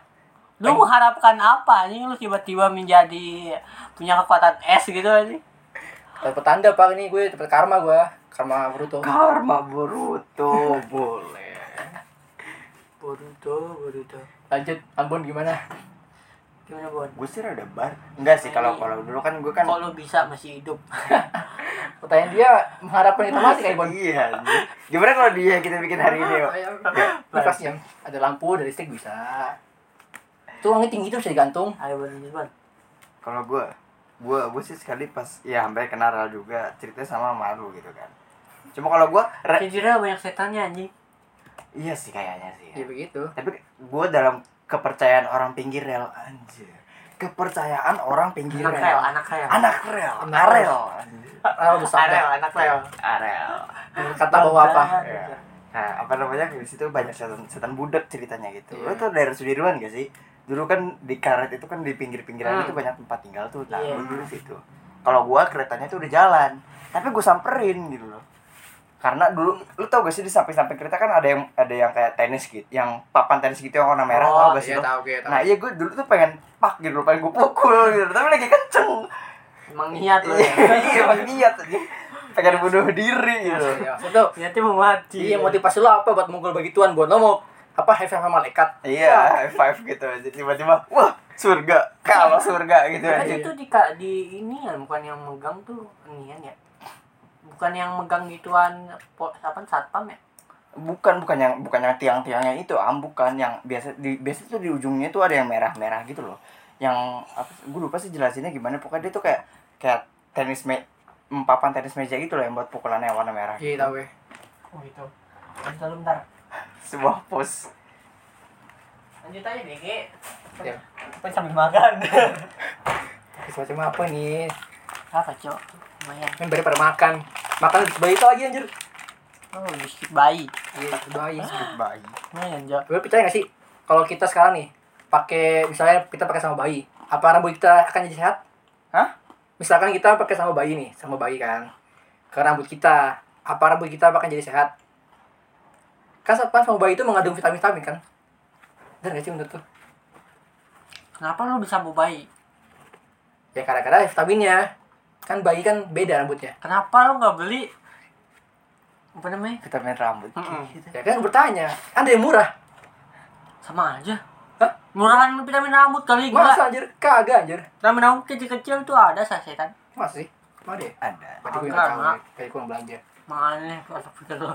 S1: Lu mengharapkan apa anjing lu tiba-tiba menjadi punya kekuatan es gitu anjing.
S2: Dapat tanda pak ini gue dapat karma gue, karma Naruto.
S3: karma Boruto boleh
S1: Boruto, Boruto.
S2: Lanjut, Ambon gimana?
S1: Gimana Bon?
S3: gue sih rada bar enggak sih kalau kalau dulu kan gue kan
S1: Kok lu bisa masih hidup?
S2: Pertanyaan dia mengharapkan itu mati kayak Bon.
S3: iya anjir. gimana kalau dia kita bikin hari ini
S1: Iya.
S3: Ya, yuk
S2: Ayo, Kipas yang ada lampu, ada listrik bisa. Tuh angin tinggi tuh bisa digantung.
S1: Ayo Bon, lanjut, Bon.
S3: kalau gue gue gue sih sekali pas ya hampir kena Ral juga ceritanya sama malu gitu kan cuma kalau gue re-
S1: Kejirnya banyak setannya anjing.
S3: iya sih kayaknya sih
S2: Ya begitu.
S3: tapi gue dalam kepercayaan orang pinggir rel anjir kepercayaan orang pinggir
S1: Anak
S3: rel
S1: rel, anak rel.
S3: anak rel
S2: Anak
S3: arel
S2: Ah,
S1: Arel,
S2: udah sadar.
S1: anak rel.
S3: arel
S2: Kata bahwa apa?
S3: Iya. nah apa namanya di situ banyak setan setan budak ceritanya gitu
S2: Iya.
S3: lo tuh daerah Sudirman gak sih dulu kan di karet itu kan di pinggir pinggiran
S1: Hmm.
S3: itu banyak tempat tinggal tuh nah
S1: Iya.
S3: gua dulu situ kalau gua keretanya tuh udah jalan tapi gua samperin gitu loh karena dulu lu tau gak sih di samping samping kereta kan ada yang ada yang kayak tenis gitu yang papan tenis gitu yang warna merah
S1: Oh,
S3: tau gak sih
S2: Iya
S3: lo
S2: tahu gue tahu.
S3: nah iya gua dulu tuh pengen pak gitu loh, pengen gua pukul gitu tapi lagi kenceng
S1: Emang niat lu ya.
S3: iya emang niat aja pengen bunuh diri gitu
S2: Iya, itu
S1: Niatnya mau mati.
S2: Iya, motivasi lo apa buat mukul begituan, Bon? Lo mau apa high five sama malaikat?
S3: Iya, high five gitu aja tiba-tiba, wah surga, kalau surga gitu
S1: Kan
S3: aja.
S1: itu di ka- di ini ya bukan yang megang tuh nian ya. Bukan yang megang gituan po, apa satpam ya?
S3: Bukan bukan yang bukan yang tiang-tiangnya itu, am bukan yang biasa di biasa tuh di ujungnya tuh ada yang merah-merah gitu loh. Yang apa? Gue lupa sih jelasinnya gimana. Pokoknya dia tuh kayak kayak tenis me mm, papan tenis meja gitu loh yang buat pukulannya yang warna merah.
S2: Iya, tahu gue.
S1: Oh gitu. Lanjut dulu bentar.
S3: Sebuah pos.
S1: Lanjut aja BG.
S2: Ya.
S1: Kan sambil makan.
S2: Semacam apa nih?
S1: apa, Cok? Lumayan.
S2: Kan pada pada makan. Makan habis bayi itu lagi anjir.
S1: Oh, biskuit bayi.
S2: Iya, habis bayi.
S3: Bayi.
S1: Lumayan, Cok.
S2: Gue percaya gak sih kalau kita sekarang nih pakai misalnya kita pakai sama bayi, apa rambut kita akan jadi sehat?
S3: Hah?
S2: Misalkan kita pakai sama bayi nih, sama bayi kan. Ke rambut kita, apa rambut kita akan jadi sehat? Kan pas sama bayi itu mengandung vitamin-vitamin kan? Bener gak sih menurut tuh?
S1: Kenapa lu bisa mau bayi?
S2: Ya kadang-kadang ada vitaminnya. Kan bayi kan beda rambutnya.
S1: Kenapa lu nggak beli apa namanya?
S3: Kita main rambut.
S1: Mm-mm.
S3: Gitu.
S2: Ya kan bertanya, ada yang murah.
S1: Sama aja.
S2: Hah?
S1: Murahan vitamin rambut kali gua.
S2: Masa anjir? Kagak anjir. Ramen
S1: Rambut kecil-kecil tuh ada sasetan.
S2: Masa sih? ya?" Mana deh?
S3: Ada.
S2: Berarti gue
S1: Kagak,
S2: gak
S1: Mak.
S2: tau nih. ya, Kayak gue yang belanja.
S1: Makanya kalau pikir lu.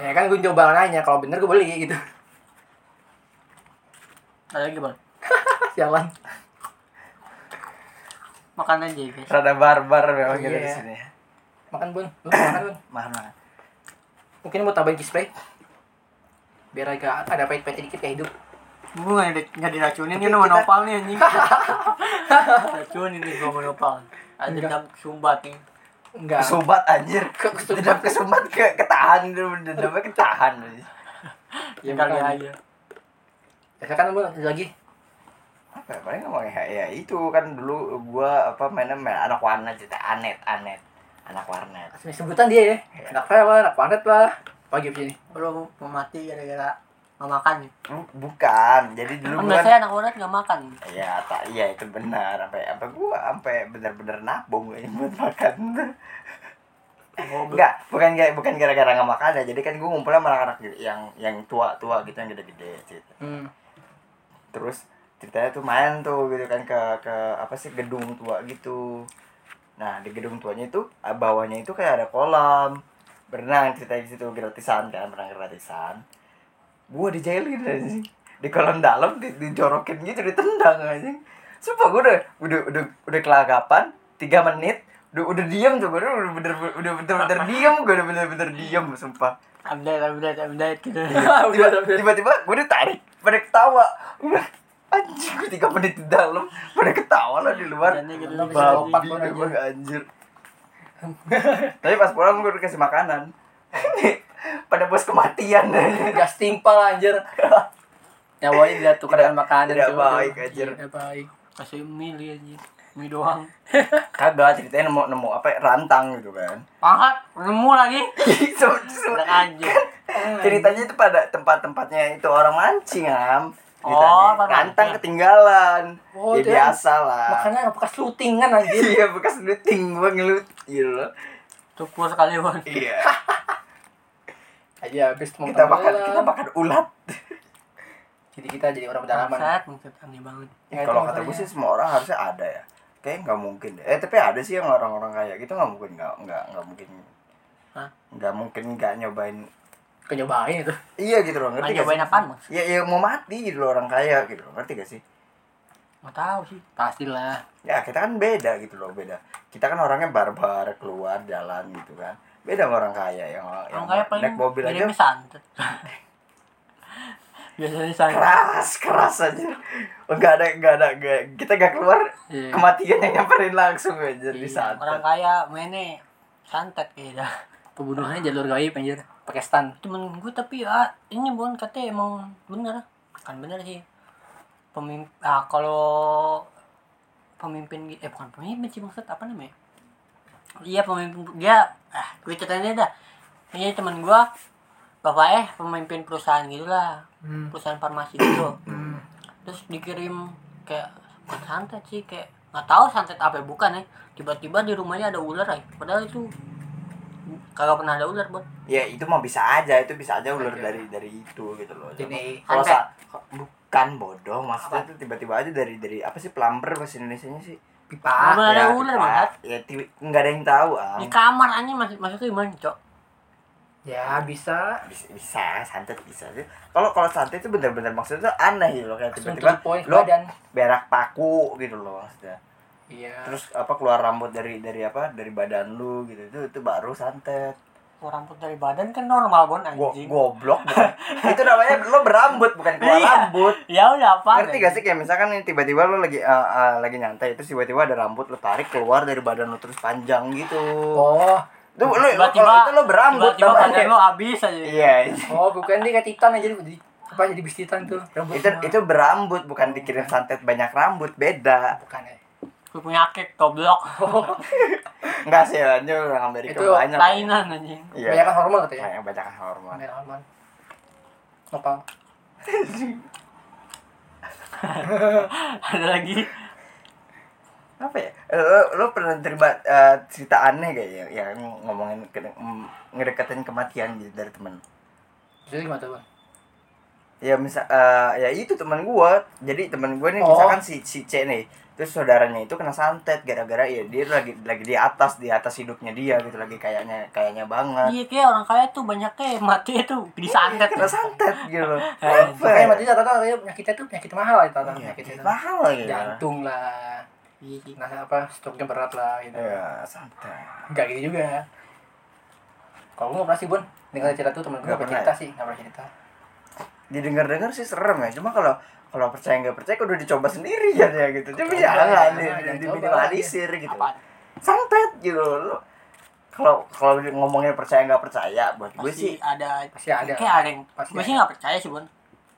S2: Ya kan gue coba nanya, kalau bener gue beli gitu.
S1: Ada lagi, Bang.
S2: Sialan.
S1: Makan aja, ya, guys.
S3: Rada barbar memang gitu
S2: Iya.
S3: di sini.
S2: Makan bun. Lu makan bun.
S3: Makan makan.
S2: Mungkin mau tambahin kispray. Biar agak ada pahit-pahit dikit kayak hidup.
S1: Gue gak, di, gak diracunin
S3: Tapi
S1: ini sama
S3: kita-
S1: nopal nih anjing Racunin nih gue sama nopal Ada dendam sumbat nih
S2: Enggak.
S3: Kesumbat anjir.
S2: Ke- kesumbat.
S3: Dendam kesumbat ke ketahan dendamnya ketahan.
S2: Ya,
S1: kali
S2: bukan.
S1: aja
S2: Ya kan lu lagi.
S3: Apa ya, paling ngomong ya, ya itu kan dulu gua apa mainnya main anak warnet cerita anet anet anak warnet.
S2: Sebutan dia ya. Anak saya lah, anak planet lah. Pagi begini.
S1: lu mau mati gara-gara nggak makan ya?
S3: Bu- Bukan. Jadi
S1: kan
S3: dulu gua kan
S1: biasanya anak warnet nggak makan
S3: Iya, tak iya itu benar. Sampai sampai gua sampai benar-benar nabung ini buat makan. Enggak, bukan ga- bukan gara-gara nggak makan ya. Jadi kan gue ngumpulnya sama anak-anak yang yang tua-tua gitu yang gede-gede gitu.
S2: Hmm.
S3: Terus ceritanya tuh main tuh gitu kan ke ke apa sih gedung tua gitu. Nah, di gedung tuanya itu ah, bawahnya itu kayak ada kolam berenang ceritanya di situ gratisan kan, berenang gratisan. Gua dijailin anjing. Di kolam dalam di, dijorokin gitu ditendang anjing. Sumpah gue udah udah udah udah kelagapan 3 menit udah udah diem tuh gue udah bener udah bener bener diem gue udah bener bener diem sumpah
S1: update update update gitu
S3: Iya. Tiba- tiba-tiba gue ditarik pada ketawa Udah, anjing gue tiga menit di dalam pada ketawa lah di luar
S1: Badannya gitu,
S3: Babi
S1: bisa
S2: lompat
S3: gitu,
S2: lu anjir.
S3: gua, anjir tapi pas pulang gue dikasih makanan pada bos kematian
S2: Gas timpal anjir.
S3: Iya. Ya,
S2: Nyawanya dia tuh kadang makanan
S3: Tidak
S2: cuy.
S3: baik, anjir.
S2: Tidak baik.
S1: kasih mie li aja mie doang
S3: kagak ceritanya nemu nemu apa ya, rantang gitu kan Nah,
S1: angkat nemu lagi
S3: So- so-
S1: udah anjing
S3: ceritanya itu pada tempat-tempatnya itu orang mancing am
S1: Oh,
S3: ceritanya
S1: orang
S3: rantang
S1: mancing.
S3: ketinggalan
S2: Oh,
S3: ya
S2: itu yang-
S3: biasa lah
S2: Makanya bekas syutingan anjir.
S3: Iya bekas looting gue ngelut gitu loh.
S1: cukur sekali bang
S3: Iya.
S2: Aja habis mau
S3: kita makan kita makan ulat.
S2: Jadi kita jadi orang pedalaman.
S1: saat mungkin aneh banget
S2: Ya,
S3: Kalau
S2: itu
S3: kata gue
S2: makanya.
S3: sih semua orang harusnya ada ya. Kayaknya nggak mungkin deh. Eh tapi ada sih yang orang-orang kayak gitu nggak mungkin nggak nggak nggak mungkin.
S1: Hah?
S3: Nggak mungkin nggak nyobain.
S2: Kenyobain itu.
S3: Iya gitu loh ngerti
S1: Nggak
S3: gak sih?
S1: nyobain apaan, Mas?
S3: Ya, ya mau mati gitu loh orang kaya gitu loh ngerti gak sih?
S1: nggak tahu sih pastilah
S3: Ya kita kan beda gitu loh beda. Kita kan orangnya barbar keluar jalan gitu kan. Beda sama orang kaya ya, yang
S1: Yang
S3: yang
S1: kayak paling
S3: naik mobil aja
S1: ngirimnya santet. Biasanya santet.
S3: keras keras aja Oh, nggak ada nggak ada nggak- kita nggak keluar
S1: Iya.
S3: kematian yang nyamperin langsung aja di saat
S1: Orang kaya mainnya santet kayaknya.
S2: Pembunuhannya jalur gaib anjir. Pakai stun.
S1: Temen gue tapi ah, ini bukan katanya emang bener. Kan bener sih. Pemimpin, ah, kalau pemimpin, gi- eh bukan pemimpin sih maksud apa namanya? Iya pemimpin, dia, ah gue ceritain aja dah. Ini temen gue, bapaknya pemimpin perusahaan gitu lah.
S2: Hmm.
S1: Perusahaan farmasi gitu. terus dikirim kayak bukan santet sih kayak nggak tahu santet apa ya, bukan ya tiba-tiba di rumahnya ada ular ya padahal itu kagak pernah ada ular buat
S3: ya itu mah bisa aja itu bisa aja ular
S1: Iya.
S3: dari dari itu gitu loh
S2: Ini
S3: kalau
S1: Santet.
S3: sa- bukan bodoh maksudnya itu tiba-tiba aja dari dari apa sih plumber bahasa Indonesia nya sih
S1: Nggak
S2: pipa.
S1: pernah ada
S3: Ya,
S1: ular
S3: pipa.
S1: banget
S3: ya tiba- nggak ada yang tahu ah
S1: di kamar aja masih maksudnya gimana cok
S2: Ya bisa.
S3: bisa, bisa santet bisa aja kalau kalau santet itu bener-bener maksudnya tuh aneh gitu loh kayak
S2: Langsung
S3: tiba-tiba
S2: to the point,
S3: lo
S2: badan.
S3: berak paku gitu loh maksudnya
S2: Iya.
S3: terus apa keluar rambut dari dari apa dari badan lu gitu itu itu baru santet
S1: Keluar rambut dari badan kan normal bon
S3: Go,
S1: anjing
S3: goblok bukan. itu namanya lo berambut bukan keluar
S1: Iya.
S3: rambut
S1: ya udah apa
S3: ngerti gak sih kayak misalkan nih, tiba-tiba lo lagi eh, eh, lagi nyantai terus tiba-tiba ada rambut lo tarik keluar dari badan lo terus panjang gitu
S2: Oh.
S3: itu lo
S1: tiba-tiba
S3: kalau itu lo berambut
S1: tiba-tiba
S3: namanya.
S1: badan lo habis aja
S3: iya
S2: Oh, bukan dia kayak titan aja jadi apa jadi bis titan tuh. Rambut
S3: itu
S2: semua.
S3: itu berambut bukan dikirim santet banyak rambut beda
S2: bukan ya.
S1: gue punya kek goblok
S3: enggak sih anjir orang Amerika
S2: Itu
S3: banyak
S1: lainan anjing
S3: iya
S2: Kebanyakan hormon katanya.
S3: banyak banyak hormon
S2: Kebanyakan hormon. Nopal.
S1: ada lagi
S3: apa ya lo, lo pernah terima eh, cerita aneh gak ya yang ngomongin ke, mm, ngedeketin kematian gitu dari temen
S2: Jadi gimana tuh, Bang?
S3: Iya. ya misal eh, ya itu teman gua jadi teman gua nih
S2: Oh.
S3: misalkan si si C nih terus saudaranya itu kena santet gara-gara ya dia lagi lagi di atas di atas hidupnya dia gitu lagi kayaknya kayaknya banget
S1: iya kayak orang kaya tuh banyaknya mati tuh disantet
S2: Iya.
S3: kena santet gitu loh
S1: Eh,
S3: apa
S2: Makanya
S3: ya?
S2: mati rata-rata katanya penyakitnya tuh penyakit mahal itu rata
S3: Iya,
S2: penyakit itu.
S3: mahal lagi ya
S2: Jantung lah,
S1: Iya, iya.
S2: nah apa stroke-nya berat lah gitu.
S3: ya santet
S2: Enggak gitu juga. Kalau gue nggak pernah sih bun, dengar cerita tuh temen gue
S3: Nggak
S2: nggak
S3: pernah ya?
S2: cerita sih, nggak pernah cerita.
S3: didengar-dengar sih serem ya cuma kalau kalau percaya nggak percaya udah dicoba sendiri ya dia gitu tapi
S2: Coba, jangan,
S3: jangan di-
S2: jangan
S3: di-
S2: coba.
S3: diminimalisir gitu
S1: Apaan?
S3: santet gitu loh kalau kalau ngomongin percaya nggak percaya buat gue
S1: pasti
S3: sih
S1: ada
S2: Pasti ada.
S3: Iya.
S1: kayak ada yang
S2: Pasti
S1: gue
S2: ada.
S1: sih nggak percaya sih bun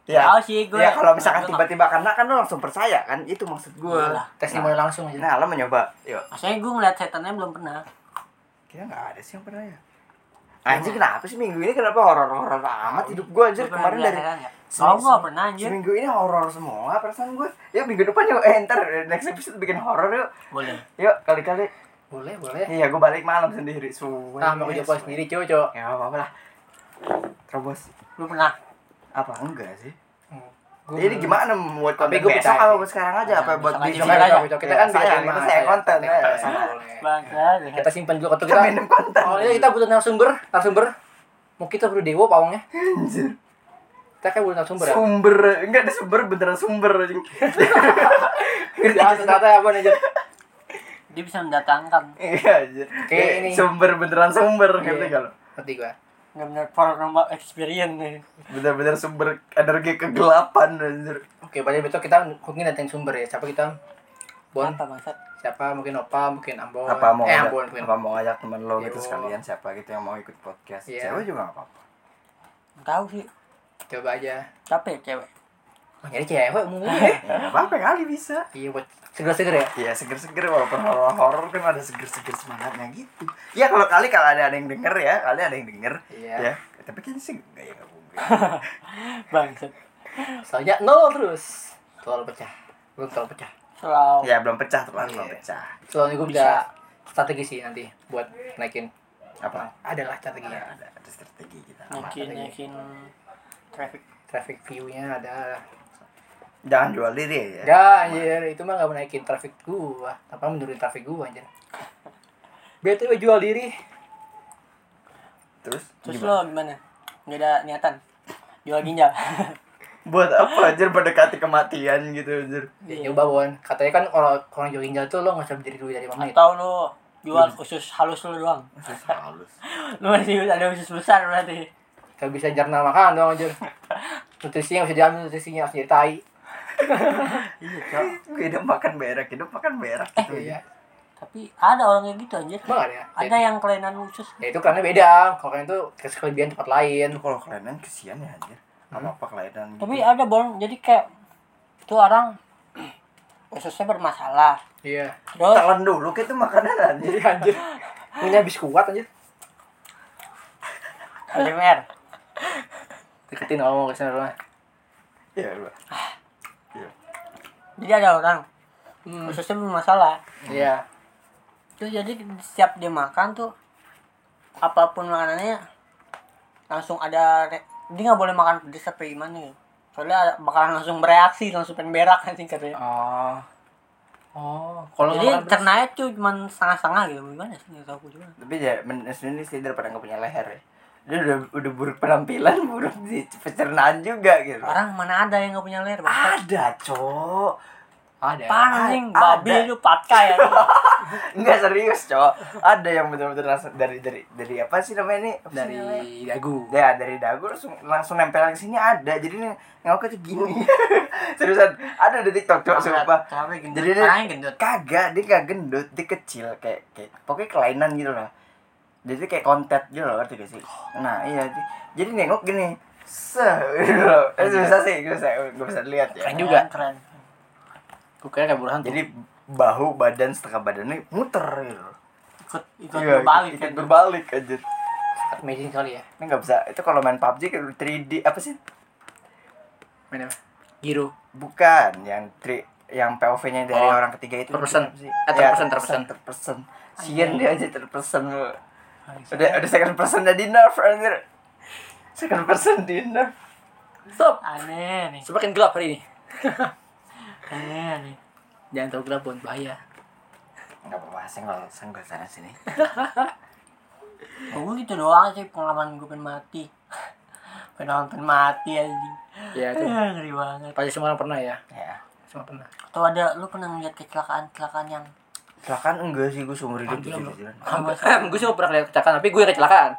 S3: ya
S1: Tahu sih gue
S3: ya kalau misalkan
S1: Gue nggak-
S3: tiba-tiba karena kan lo langsung percaya kan itu maksud gue
S1: Iyalah.
S2: testimoni langsung aja
S3: nah lo mencoba yuk
S1: maksudnya gue ngeliat setannya belum pernah
S3: kita nggak ada sih yang pernah ya anjir kenapa sih minggu ini kenapa horor-horor amat hidup gue anjir
S1: Gua
S3: kemarin
S1: pernah
S3: dari
S1: ngeliat setan ya.
S3: Senin-
S1: oh gue nggak pernah anjir
S3: seminggu ini horor semua perasaan gue ya minggu depan yuk eh ntar eh, next episode bikin horor yuk
S1: boleh
S3: yuk kali-kali
S2: boleh boleh
S3: iya gue balik malam sendiri suwe
S2: nah mau
S3: suwe.
S2: coba sendiri cuy cuy
S3: ya nggak apa-apa lah terobos
S1: lu pernah
S3: apa enggak sih
S2: Gua
S3: jadi
S2: belum.
S3: gimana buat
S2: Tapi
S3: konten
S2: gua
S3: besok
S2: bisa-
S3: apa buat sekarang aja apa
S1: Besok
S3: buat
S1: aja,
S3: besok
S2: Coba,
S1: aja.
S3: aja
S2: coba, coba. kita kan
S3: Ya, saya,
S2: bikin-
S3: kita saya konten,
S2: kita- kita-
S3: ya,
S2: kita-
S3: saya.
S2: boleh.
S1: bangsa
S2: kita simpen dulu waktu
S3: kita
S2: kita
S3: minum konten
S2: kalau iya, kita butuh narasumber narasumber mau kita perlu dewa pawangnya
S3: Anjir.
S2: ya. kita kan butuh narasumber ya
S3: sumber enggak ada sumber beneran sumber anjing.
S2: jangan ternyata apa nih Jod?
S1: dia bisa mendatangkan
S3: iya anjir
S2: Kayak ini.
S3: sumber beneran sumber
S2: Iya.
S3: ngerti gak lo
S2: ngerti gua
S1: benar-benar paranormal experience nih
S3: bener-bener sumber energi kegelapan anjir
S2: oke berarti besok kita mungkin datang sumber ya siapa kita Bon
S1: mantap bangsat
S2: siapa mungkin Opa mungkin Ambon
S3: apa mau
S2: eh
S3: ngajak,
S2: Ambon mungkin
S3: apa mau ngajak temen lo gitu
S2: Yo.
S3: sekalian siapa gitu yang mau ikut podcast
S2: Iya.
S3: cewek juga gak apa-apa
S1: Nggak tahu sih
S2: coba aja
S1: capek ya, cewek
S2: oh, jadi cewek mulu ya
S3: ya gak apa-apa kali bisa
S2: iya buat seger-seger ya
S3: Iya seger-seger walaupun horor-horor kan ada seger-seger semangatnya gitu. Ya kalau kali kalau ada ada yang denger ya, kali ada yang denger.
S2: Iya.
S3: Ya, tapi kan sih enggak ya enggak
S1: bangsat
S2: soalnya nol terus terlalu pecah belum terlalu pecah
S1: selalu
S3: Ya belum pecah terlalu belum
S2: Iya.
S3: pecah.
S2: soalnya gue bisa strategi sih nanti buat naikin
S3: Apa? Ya,
S2: adalah ya. strateginya
S3: Ada, ada strategi kita.
S1: naikin naikin traffic
S2: traffic view-nya ada
S3: Jangan jual diri ya.
S2: Gak anjir, itu mah gak menaikin traffic gua Apa menurunin traffic gua anjir BTW jual diri
S3: Terus
S1: terus
S3: gimana?
S1: lo gimana nggak ada niatan jual ginjal
S3: buat apa anjir mendekati kematian gitu anjir.
S2: Ya, Coba Bon, katanya kan kalau orang jual ginjal tuh lo gak usah berdiri dulu dari lima menit
S1: atau lo jual
S3: Iya.
S1: usus halus lo doang
S3: Terus halus.
S1: lu masih ada usus besar berarti
S2: Gak bisa jernah makan dong anjir Nutrisinya gak bisa diambil, nutrisinya harus jadi tai
S1: iya
S3: Hidup makan berak, hidup makan berak gitu.
S2: Iya,
S1: tapi ada orang yang gitu anjir
S2: emang ada ya?
S1: ada yang kelainan usus
S2: Ya itu karena beda, kalau kalian tuh kasih kelebihan tempat lain
S3: Itu kalau kelainan kesian ya anjir. Apa apa kelainan gitu.
S1: tapi ya- ada bon jadi kayak itu orang ususnya bermasalah
S2: Iya
S1: terus
S3: telan dulu kayak itu makanan anjir.
S2: Iya anjir Ini habis kuat anjir
S1: ASMR
S2: Deketin ngomong ke sana rumah
S3: Iya, Pak. Iya.
S1: jadi ada orang ususnya bermasalah
S2: Iya
S1: terus jadi setiap dia makan tuh apapun makanannya langsung ada re- dia nggak boleh makan pedes apa gimana gitu soalnya ada- bakalan langsung bereaksi langsung pengen berak anjing katanya
S2: Oh Oh, kalau
S1: jadi
S2: makan-
S1: cernanya tuh cuman setengah-setengah gitu gimana sih nggak tahu aku juga
S3: Tapi ya sendiri sih daripada nggak punya leher ya. Dia udah, udah buruk penampilan, buruk di pencernaan juga gitu.
S1: orang mana ada yang nggak punya leher bang
S3: Ada, Cok.
S2: Ah, ada
S1: apaan anjing
S3: Ah, ada.
S1: babi lu patkai ya
S3: Enggak serius, Cok. Ada yang betul-betul langsung dari dari dari apa sih namanya ini? Apa sih namanya?
S2: dari dagu
S3: Ya dari dagu langsung, langsung nempel ke sini ada. Jadi ini ngelakuin tuh gini. Seriusan, ada di TikTok, Cok, sumpah.
S1: Tapi gendut.
S3: Jadi dia-
S1: orangnya gendut
S3: kagak dia gak gendut dia kecil kayak kayak pokoknya kelainan gitu loh jadi kayak kontet gitu loh ngerti gak sih nah iya jadi- jadi nengok gini se gitu loh. Eh, susah sih gue bisa gue bisa lihat ya
S2: Keren juga.
S1: keren
S2: gue kira kayak burhan tuh
S3: jadi bahu badan setengah badannya muter gitu loh.
S1: ikut ikut
S3: Iya,
S1: berbalik
S3: ikut
S1: kan.
S3: berbalik aja
S2: amazing kali ya
S3: ini nggak bisa itu kalau main PUBG kayak 3D apa sih
S2: main apa giro
S3: bukan yang tri yang POV-nya dari
S2: Oh,
S3: orang ketiga itu
S2: third person.
S3: apa sih?
S2: Eh, third
S3: Ya,
S2: person,
S3: third
S2: third person.
S3: person, third person. Sian dia aja third person loh. Udah udah second person udah di nerf anjir. Second person di nerf.
S2: stop
S1: aneh nih
S2: semakin gelap hari ini
S1: aneh nih
S2: jangan terlalu gelap bon bahaya
S3: Enggak apa-apa, senggol senggol sana sini.
S1: gue gitu doang sih pengalaman gue pengen mati pengen orang pengen mati anjing
S2: ya itu
S1: Eh, ngeri banget
S2: pasti semua orang pernah ya
S3: ya.
S2: semua pernah
S1: atau ada lu pernah ngeliat kecelakaan kecelakaan yang
S3: Silakan enggak sih gue seumur hidup
S2: Ambil, ambil.
S3: jujur-jujuran.
S2: gue sih pernah kena kecelakaan tapi gue kecelakaan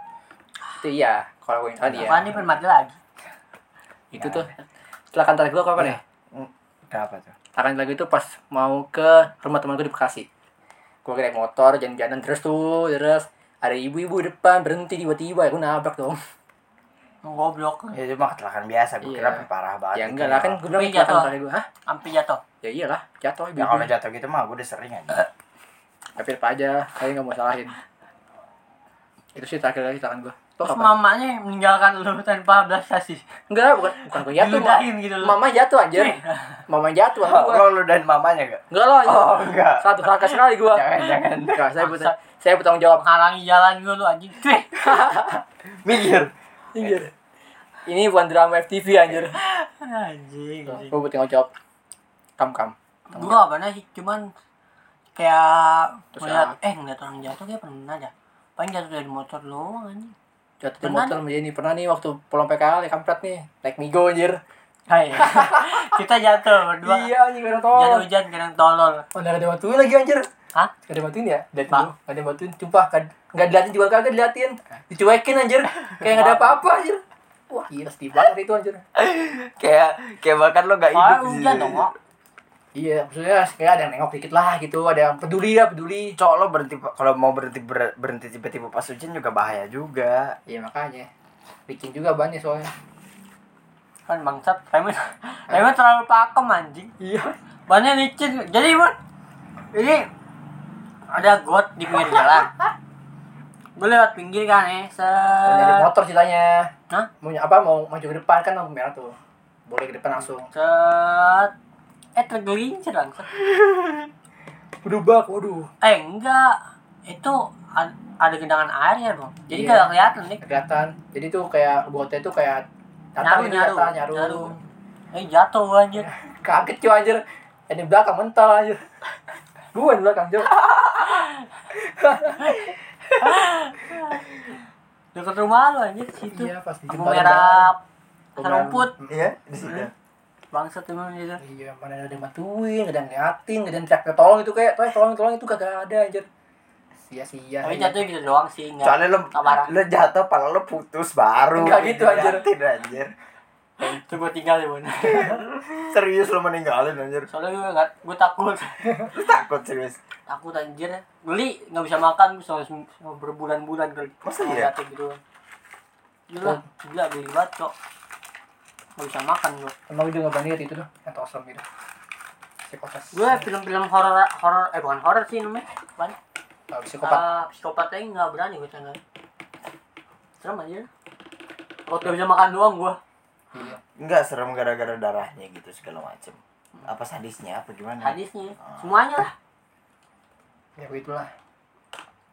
S2: itu iya kalau gue yang tadi
S1: yeah.
S2: ya
S1: apaan nih pengen mati lagi
S2: itu tuh kecelakaan terakhir gue kapan ya
S3: Kenapa tuh?
S2: kecelakaan terakhir itu pas mau ke rumah teman gue di Bekasi gue naik motor jalan-jalan terus tuh terus ada ibu-ibu depan berhenti tiba-tiba aku nabrak dong
S1: Goblok.
S3: Ya cuma kecelakaan biasa, gue kira
S2: Iya.
S3: parah banget.
S2: ya
S3: gitu
S2: enggak lah kan gue bilang
S1: Tapi jatuh.
S2: kecelakaan kali gue hah
S1: Sampai jatuh.
S2: ya iyalah jatuh ibu
S3: Ya kalau jatuh gitu mah gue udah sering aja.
S2: tapi apa aja kalian nggak mau salahin itu sih terakhir kali kecelakaan gue Tuh
S1: Terus
S2: kapan?
S1: mamanya meninggalkan lu tanpa belas kasih.
S2: Enggak lah, bukan bukan gue jatuh. Ma.
S1: Diludahin gitu loh.
S2: Mama jatuh anjir.
S1: Eh.
S2: Mama jatuh sama gua.
S3: Lo lo dan mamanya gak?
S2: Enggak lah. anjir.
S3: Oh enggak.
S2: Satu kakak sekali gua.
S3: Jangan jangan.
S2: Enggak, saya buta. Saya bertanggung jawab.
S1: Menghalangi jalan gue lu anjing. Cih.
S3: Minggir.
S2: Anjir. Ini bukan drama FTV anjir.
S1: Anjing. anjing.
S2: Gua bertanggung jawab. Kam kam.
S1: Gue gak pernah sih, cuman kayak
S2: Terus
S1: melihat, eh ngeliat orang jatuh kayak pernah dah. Paling jatuh dari motor doang anjing.
S2: Jatuh di
S1: Pernah
S2: motor sama Jenny. Pernah nih waktu pulang PKL ya kampret nih. Naik Migo anjir.
S1: Hai. Kita jatuh berdua.
S2: Iya anjir kadang
S1: Jatuh
S2: tol.
S1: hujan kadang tolol.
S2: Oh, nggak ada yang bantuin lagi anjir.
S1: Hah?
S2: Gak ada yang bantuin ya? Dari
S1: Pak.
S2: dulu. Gak ada yang bantuin. Sumpah, gak, gak diliatin juga kagak diliatin. Dicuekin anjir. Kayak gak ada apa-apa anjir. Wah gila sedih banget hari itu anjir.
S3: Kayak kayak bahkan lo gak hidup
S1: Ah,
S3: di
S1: hujan
S3: situ.
S1: dong, kok.
S2: Iya, maksudnya kayak ada yang nengok dikit lah gitu, ada yang peduli lah, peduli.
S3: Cok lo berhenti kalau mau berhenti ber- berhenti tiba-tiba pas hujan juga bahaya juga.
S2: Iya makanya, bikin juga bannya soalnya.
S1: Kan bangsat, remnya remnya terlalu pakem anjing.
S2: Iya.
S1: Bannya licin. Jadi, Mon, ini ada got di pinggir jalan. Gue lewat pinggir kan, eh.
S2: Mau nyari
S1: Set.
S2: motor ceritanya.
S1: Hah?
S2: Mau ny- apa? Mau maju ke depan kan lampu merah tuh. Boleh ke depan langsung.
S1: Set. Eh, tergelincir bangsat.
S2: Berubah, waduh.
S1: Eh enggak, itu a- ada genangan airnya dong. Jadi
S2: Iya.
S1: nggak kelihatan nih.
S2: Nggak Kelihatan. Jadi tuh kayak buatnya tuh kayak
S1: Nyaru
S2: datar gitu,
S1: nyaru,
S2: datar, nyaru.
S1: Eh jatuh gua, anjir.
S2: Kaget cuy anjir. Yang di belakang mental anjir. Gua di belakang cuy.
S1: Dekat rumah lu anjir situ.
S2: Iya, pas di
S1: Lampu
S2: jembatan
S1: merah,
S2: Lampu
S1: akar
S2: merah.
S1: rumput,
S3: Iya, di situ.
S1: bangsat emang gitu.
S2: Iya, mana ada yang bantuin, ada yang ngeliatin, ada yang teriak tolong itu kayak, tolong, tolong, tolong itu kagak ada anjir. Sia-sia. iya.
S1: Tapi
S2: anjir.
S1: jatuhnya gitu doang sih, enggak.
S3: Soalnya lo
S1: Nggak parah.
S3: lo jatuh pala lo putus baru.
S2: Nggak gitu, anjir.
S3: Tidak anjir.
S1: Itu gua tinggal di mana.
S3: Serius lo meninggalin anjir.
S1: Soalnya gua enggak gua takut.
S3: Lo takut serius.
S1: takut anjir. ya. Beli nggak bisa makan bisa sem- sem- berbulan-bulan kali.
S3: Masa
S1: Kalau
S3: iya?
S1: jatuh gitu. Gila, gila beli banget, Cok. Nggak bisa makan gua.
S2: Emang gue juga nggak berani liat itu tuh, yang tosem gitu. Psikopas.
S1: gue film-film horor horor eh bukan horor sih namanya apaan?
S2: Tahu, psikopat.
S1: Ah, psikopat aja nggak berani gue tanggal serem aja kalau gak bisa makan doang gue
S2: Iya.
S3: Enggak serem gara-gara darahnya gitu segala macem. Apa sadisnya apa gimana?
S1: hadisnya semuanya lah
S2: Ya begitulah.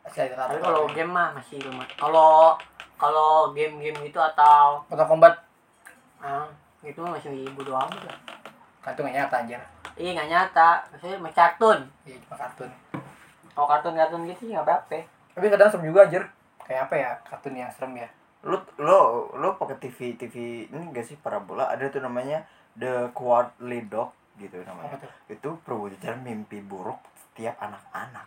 S2: Asli ada
S1: tapi
S2: rata.
S1: kalau game mah masih lumayan kalau kalau game-game gitu atau
S2: Motor kombat
S1: ah, gitu mah masih ibu doang gitu
S2: kartu nggak nyata anjir.
S1: iya nggak nyata maksudnya masih kartun
S2: Iya cuma kartun.
S1: kalau kartun-kartun gitu sih nggak berapa
S2: Tapi kadang serem juga anjir. Kayak apa ya kartun yang serem ya?
S3: Lo lo lo pakai TV TV ini gak sih parabola ada tuh namanya The Quarterly Dog gitu
S2: Apa
S3: namanya.
S2: tuh?
S3: Itu perwujudan mimpi buruk setiap anak-anak.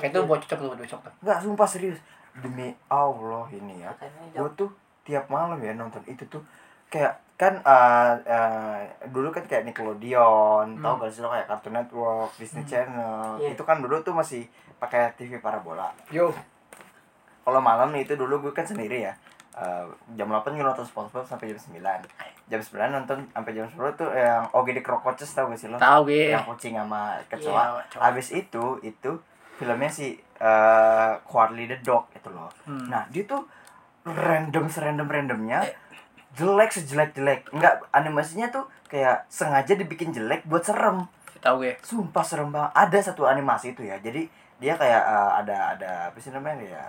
S2: Kayak itu
S1: Iya.
S2: buat cocok tuh buat besok tuh.
S3: Enggak sumpah serius. Demi Allah ini ya.
S1: Katanya jauh.
S3: gue tuh tiap malam ya nonton itu tuh kayak kan eh, eh, dulu kan kayak Nickelodeon tau gak sih lo kayak Cartoon Network Disney Channel
S1: Iya.
S3: itu kan dulu tuh masih pakai TV parabola
S2: Yo,
S3: kalau malam nih itu dulu gue kan sendiri ya Eh, jam 8 gue nonton SpongeBob sampai jam 9 jam 9 nonton sampai jam 10 tuh yang OGD Crocodiles tau gak sih lo
S2: tahu gue.
S3: yang kucing sama
S2: Iya,
S3: kecoa.
S2: kecoa.
S3: Habis itu itu filmnya si eh Quarterly the Dog itu loh. Nah, dia tuh random serandom randomnya jelek sejelek jelek. Enggak animasinya tuh kayak sengaja dibikin jelek buat serem.
S2: Tahu gue.
S3: Sumpah serem banget. Ada satu animasi itu ya. Jadi dia kayak eh, ada ada apa sih namanya ya?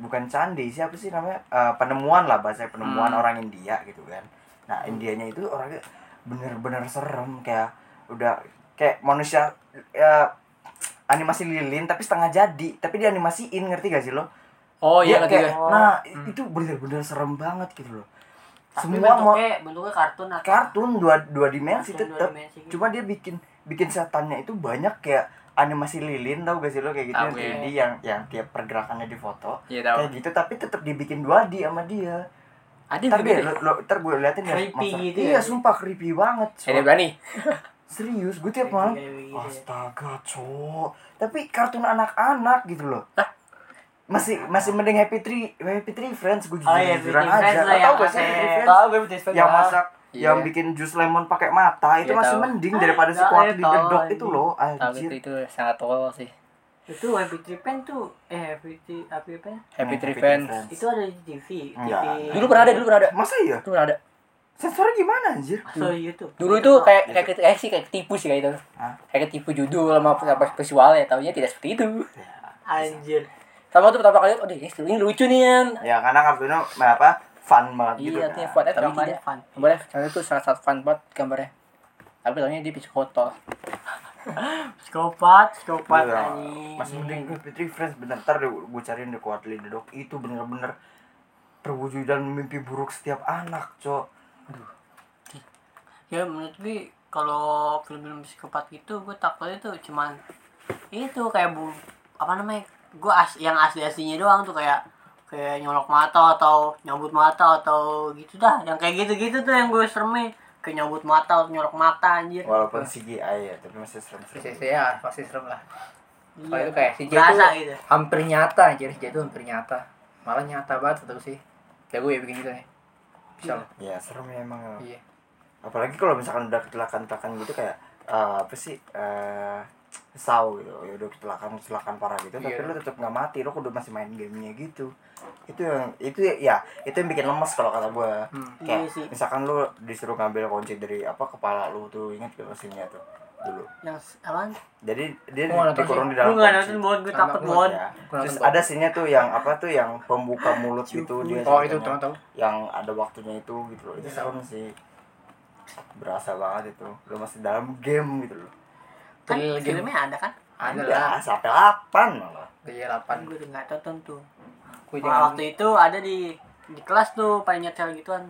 S3: Bukan candi siapa sih namanya? Eh, penemuan lah bahasa penemuan
S1: Hmm.
S3: orang India gitu kan. Nah, Indianya itu orangnya bener-bener serem kayak udah kayak manusia ya, animasi lilin tapi setengah jadi tapi dianimasiin ngerti gak sih lo?
S2: Oh iya
S3: Dia
S2: ngerti
S3: kayak,
S2: gue.
S3: nah itu bener-bener serem banget gitu loh.
S1: Hmm. tapi
S3: Semua mau
S1: bentuknya bentuknya kartun atau
S3: kartun dua dua dimensi
S1: Kartun dua
S3: tetap
S1: dimensi gitu.
S3: cuma dia bikin bikin setannya itu banyak kayak animasi lilin tau gak sih lo kayak gitu
S2: Tahu
S3: yang
S2: gue.
S3: 3D yang yang tiap pergerakannya difoto
S1: Ya.
S2: Iya tahu.
S3: kayak gitu tapi tetap dibikin 2D sama dia
S2: Ada
S3: ntar
S2: gitu.
S3: deh lo, lo- ntar gue liatin ya
S1: Creepy
S3: monster.
S1: gitu
S3: iya
S1: ya.
S3: sumpah creepy banget
S2: Ada yang
S3: coy.
S2: berani.
S3: serius gue tiap
S1: Creepy
S3: malam
S1: kayak gitu ya.
S3: astaga cowok tapi kartun anak-anak gitu loh masih masih mending happy tree happy tree friends gue jujur
S1: Oh iya,
S3: jujuran
S1: Happy Tree
S3: aja
S1: Friends lah
S3: Lo
S1: yang
S3: tau gak sih
S1: ada-
S3: happy tree friends
S2: Tahu gue British Fan.
S3: yang
S2: tahu.
S3: masak
S2: Iya.
S3: yang bikin jus lemon pakai mata itu
S2: Iya,
S3: masih
S2: tahu.
S3: mending daripada si
S1: Tahu,
S3: kuark di
S1: tahu,
S3: gedok
S1: anjing.
S3: itu loh
S2: Tahu itu,
S3: anjir
S2: itu sangat tolol sih.
S1: itu happy tree pen tuh eh happy tree happy pen
S2: Happy
S3: Hmm,
S2: Tree
S3: Tree
S2: Friends.
S3: Friends.
S1: itu ada di TV
S3: Enggak.
S1: TV
S2: Dulu pernah ada, dulu pernah ada.
S3: masa iya
S2: Dulu pernah ada.
S3: sensornya gimana anjir
S1: so YouTube
S2: Dulu itu kayak kayak kayak eh, sih kayak ketipu sih kayak itu.
S3: Ah, gitu. Hah?
S2: Kayak ketipu judul sama sama visualnya, tahunya tidak seperti itu.
S1: anjir
S2: Sama tuh pertama kali, oh ini, ini lucu nih kan.
S3: ya karena kartunya apa fun banget gitu
S2: Iya, artinya
S3: kan
S2: fun, eh, tapi
S1: Gambarnya
S2: tidak.
S1: fun.
S2: Gambarnya, karena itu salah satu fun banget gambarnya. Tapi tahunya dia pisau kotor.
S1: psikopat psikopat
S3: Iya,
S1: anjing
S3: Mas mending gue Fitri Friends bener ntar deh gue cariin deh kuat Dok itu bener-bener perwujudan mimpi buruk setiap anak cok
S1: ya menurut gue kalau film-film psikopat gitu gue takutnya tuh cuman itu kayak bu apa namanya gue as yang asli aslinya doang tuh kayak kayak nyolok mata atau nyobot mata atau gitu dah yang kayak gitu gitu tuh yang gue seremi kayak nyobot mata atau nyolok mata anjir
S2: Oh,
S3: walaupun CGI ya tapi masih serem sih
S2: Sisinya pasti serem lah.
S1: Iya.
S2: Kalau itu kayak si J
S1: berasa
S2: itu
S1: gitu
S2: hampir nyata, jadi si J itu hampir nyata. Malah nyata banget tuh sih. Kayak gue ya bikin gitu nih. Bisa lah.
S3: ya serem ya emang ya.
S2: Iya.
S3: apalagi kalau misalkan udah kecelakaan kecelakaan gitu kayak eh, apa sih eh saw gitu ya udah kecelakaan kecelakaan parah gitu tapi
S2: Iya.
S3: lo tetap nggak mati lo udah masih main gamenya gitu itu yang itu ya itu yang bikin lemes kalau kata gue
S2: Hmm.
S1: Iya
S3: kayak
S1: sih.
S3: misalkan lo disuruh ngambil kunci dari apa kepala lo tuh inget gak mesinnya tuh dulu
S1: yang s- apaan
S3: jadi dia
S2: Gua nggak nonton
S3: dikurung di
S1: gue
S3: dalam
S1: nggak
S3: kunci
S1: nonton buat gue
S2: Nggak
S1: takut
S2: nonton,
S1: buat
S3: Ya.
S2: Gua nonton
S3: Terus
S2: banget.
S3: ada scene tuh yang apa tuh yang pembuka mulut gitu dia
S2: Oh, itu
S3: ceritanya
S2: tahu-tahu.
S3: yang ada waktunya itu gitu loh itu serem sih berasa banget itu lo masih dalam game gitu loh
S1: kan
S2: Thrill game.
S1: filmnya ada kan
S2: Ada
S3: Ya,
S2: lah.
S3: sampai 8 malah
S2: Iya,
S1: kan
S2: 8.
S1: gue nggak tonton tuh
S2: Gue
S3: Ah.
S1: Nah,
S2: jangan.
S1: waktu itu ada di di kelas tuh paling nyetel gituan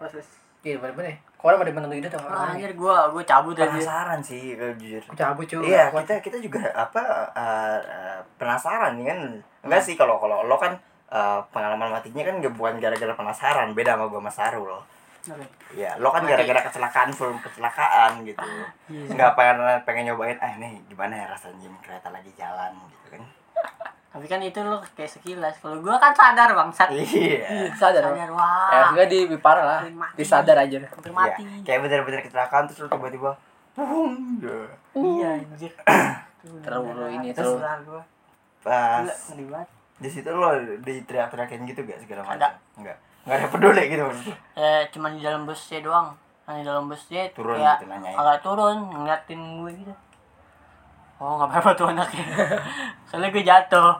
S1: proses
S2: Iya, bener-bener. Kok orang pada menonton itu tuh?
S1: Ah, anjir gua gua cabut aja.
S3: penasaran sih kalau jujur
S2: Aku cabut cuy.
S3: iya kita kita juga apa eh, eh, penasaran kan enggak sih kalau kalau lo kan eh, pengalaman matinya kan nggak- bukan gara-gara penasaran beda sama gua sama Sarul
S1: Oke. Iya.
S3: Iya, lo kan gara-gara kecelakaan, film kecelakaan gitu. Nggak pengen pengen nyobain, ah nih gimana ya rasanya kereta lagi jalan gitu kan.
S1: Tapi kan itu lo kayak sekilas. Kalau gua kan sadar bangsat.
S3: Iya.
S2: sadar.
S1: Sadar
S2: Ya,
S1: wah.
S2: juga di lebih parah lah.
S1: Paling mati.
S2: Disadar aja.
S1: Hampir
S3: Iya,
S1: mati.
S3: kayak bener-bener kecelakaan terus lo tiba-tiba, boom, gitu.
S1: Iya anjir.
S3: Iya.
S2: Terlalu ini,
S1: terus
S2: terlalu-
S1: gua.
S3: Pas
S1: Gila, ngeri banget.
S3: di situ lo diteriak-teriakin gitu gak segala macam?
S1: Ada.
S3: Enggak. Enggak ada peduli gitu maksudnya.
S1: Eh cuman di dalam busnya doang. Nah, di dalam busnya
S3: Turun
S1: kayak
S3: gitu, nanyain.
S1: agak turun ngeliatin gue gitu. Oh, nggak apa-apa tuh anaknya. Soalnya gue jatuh.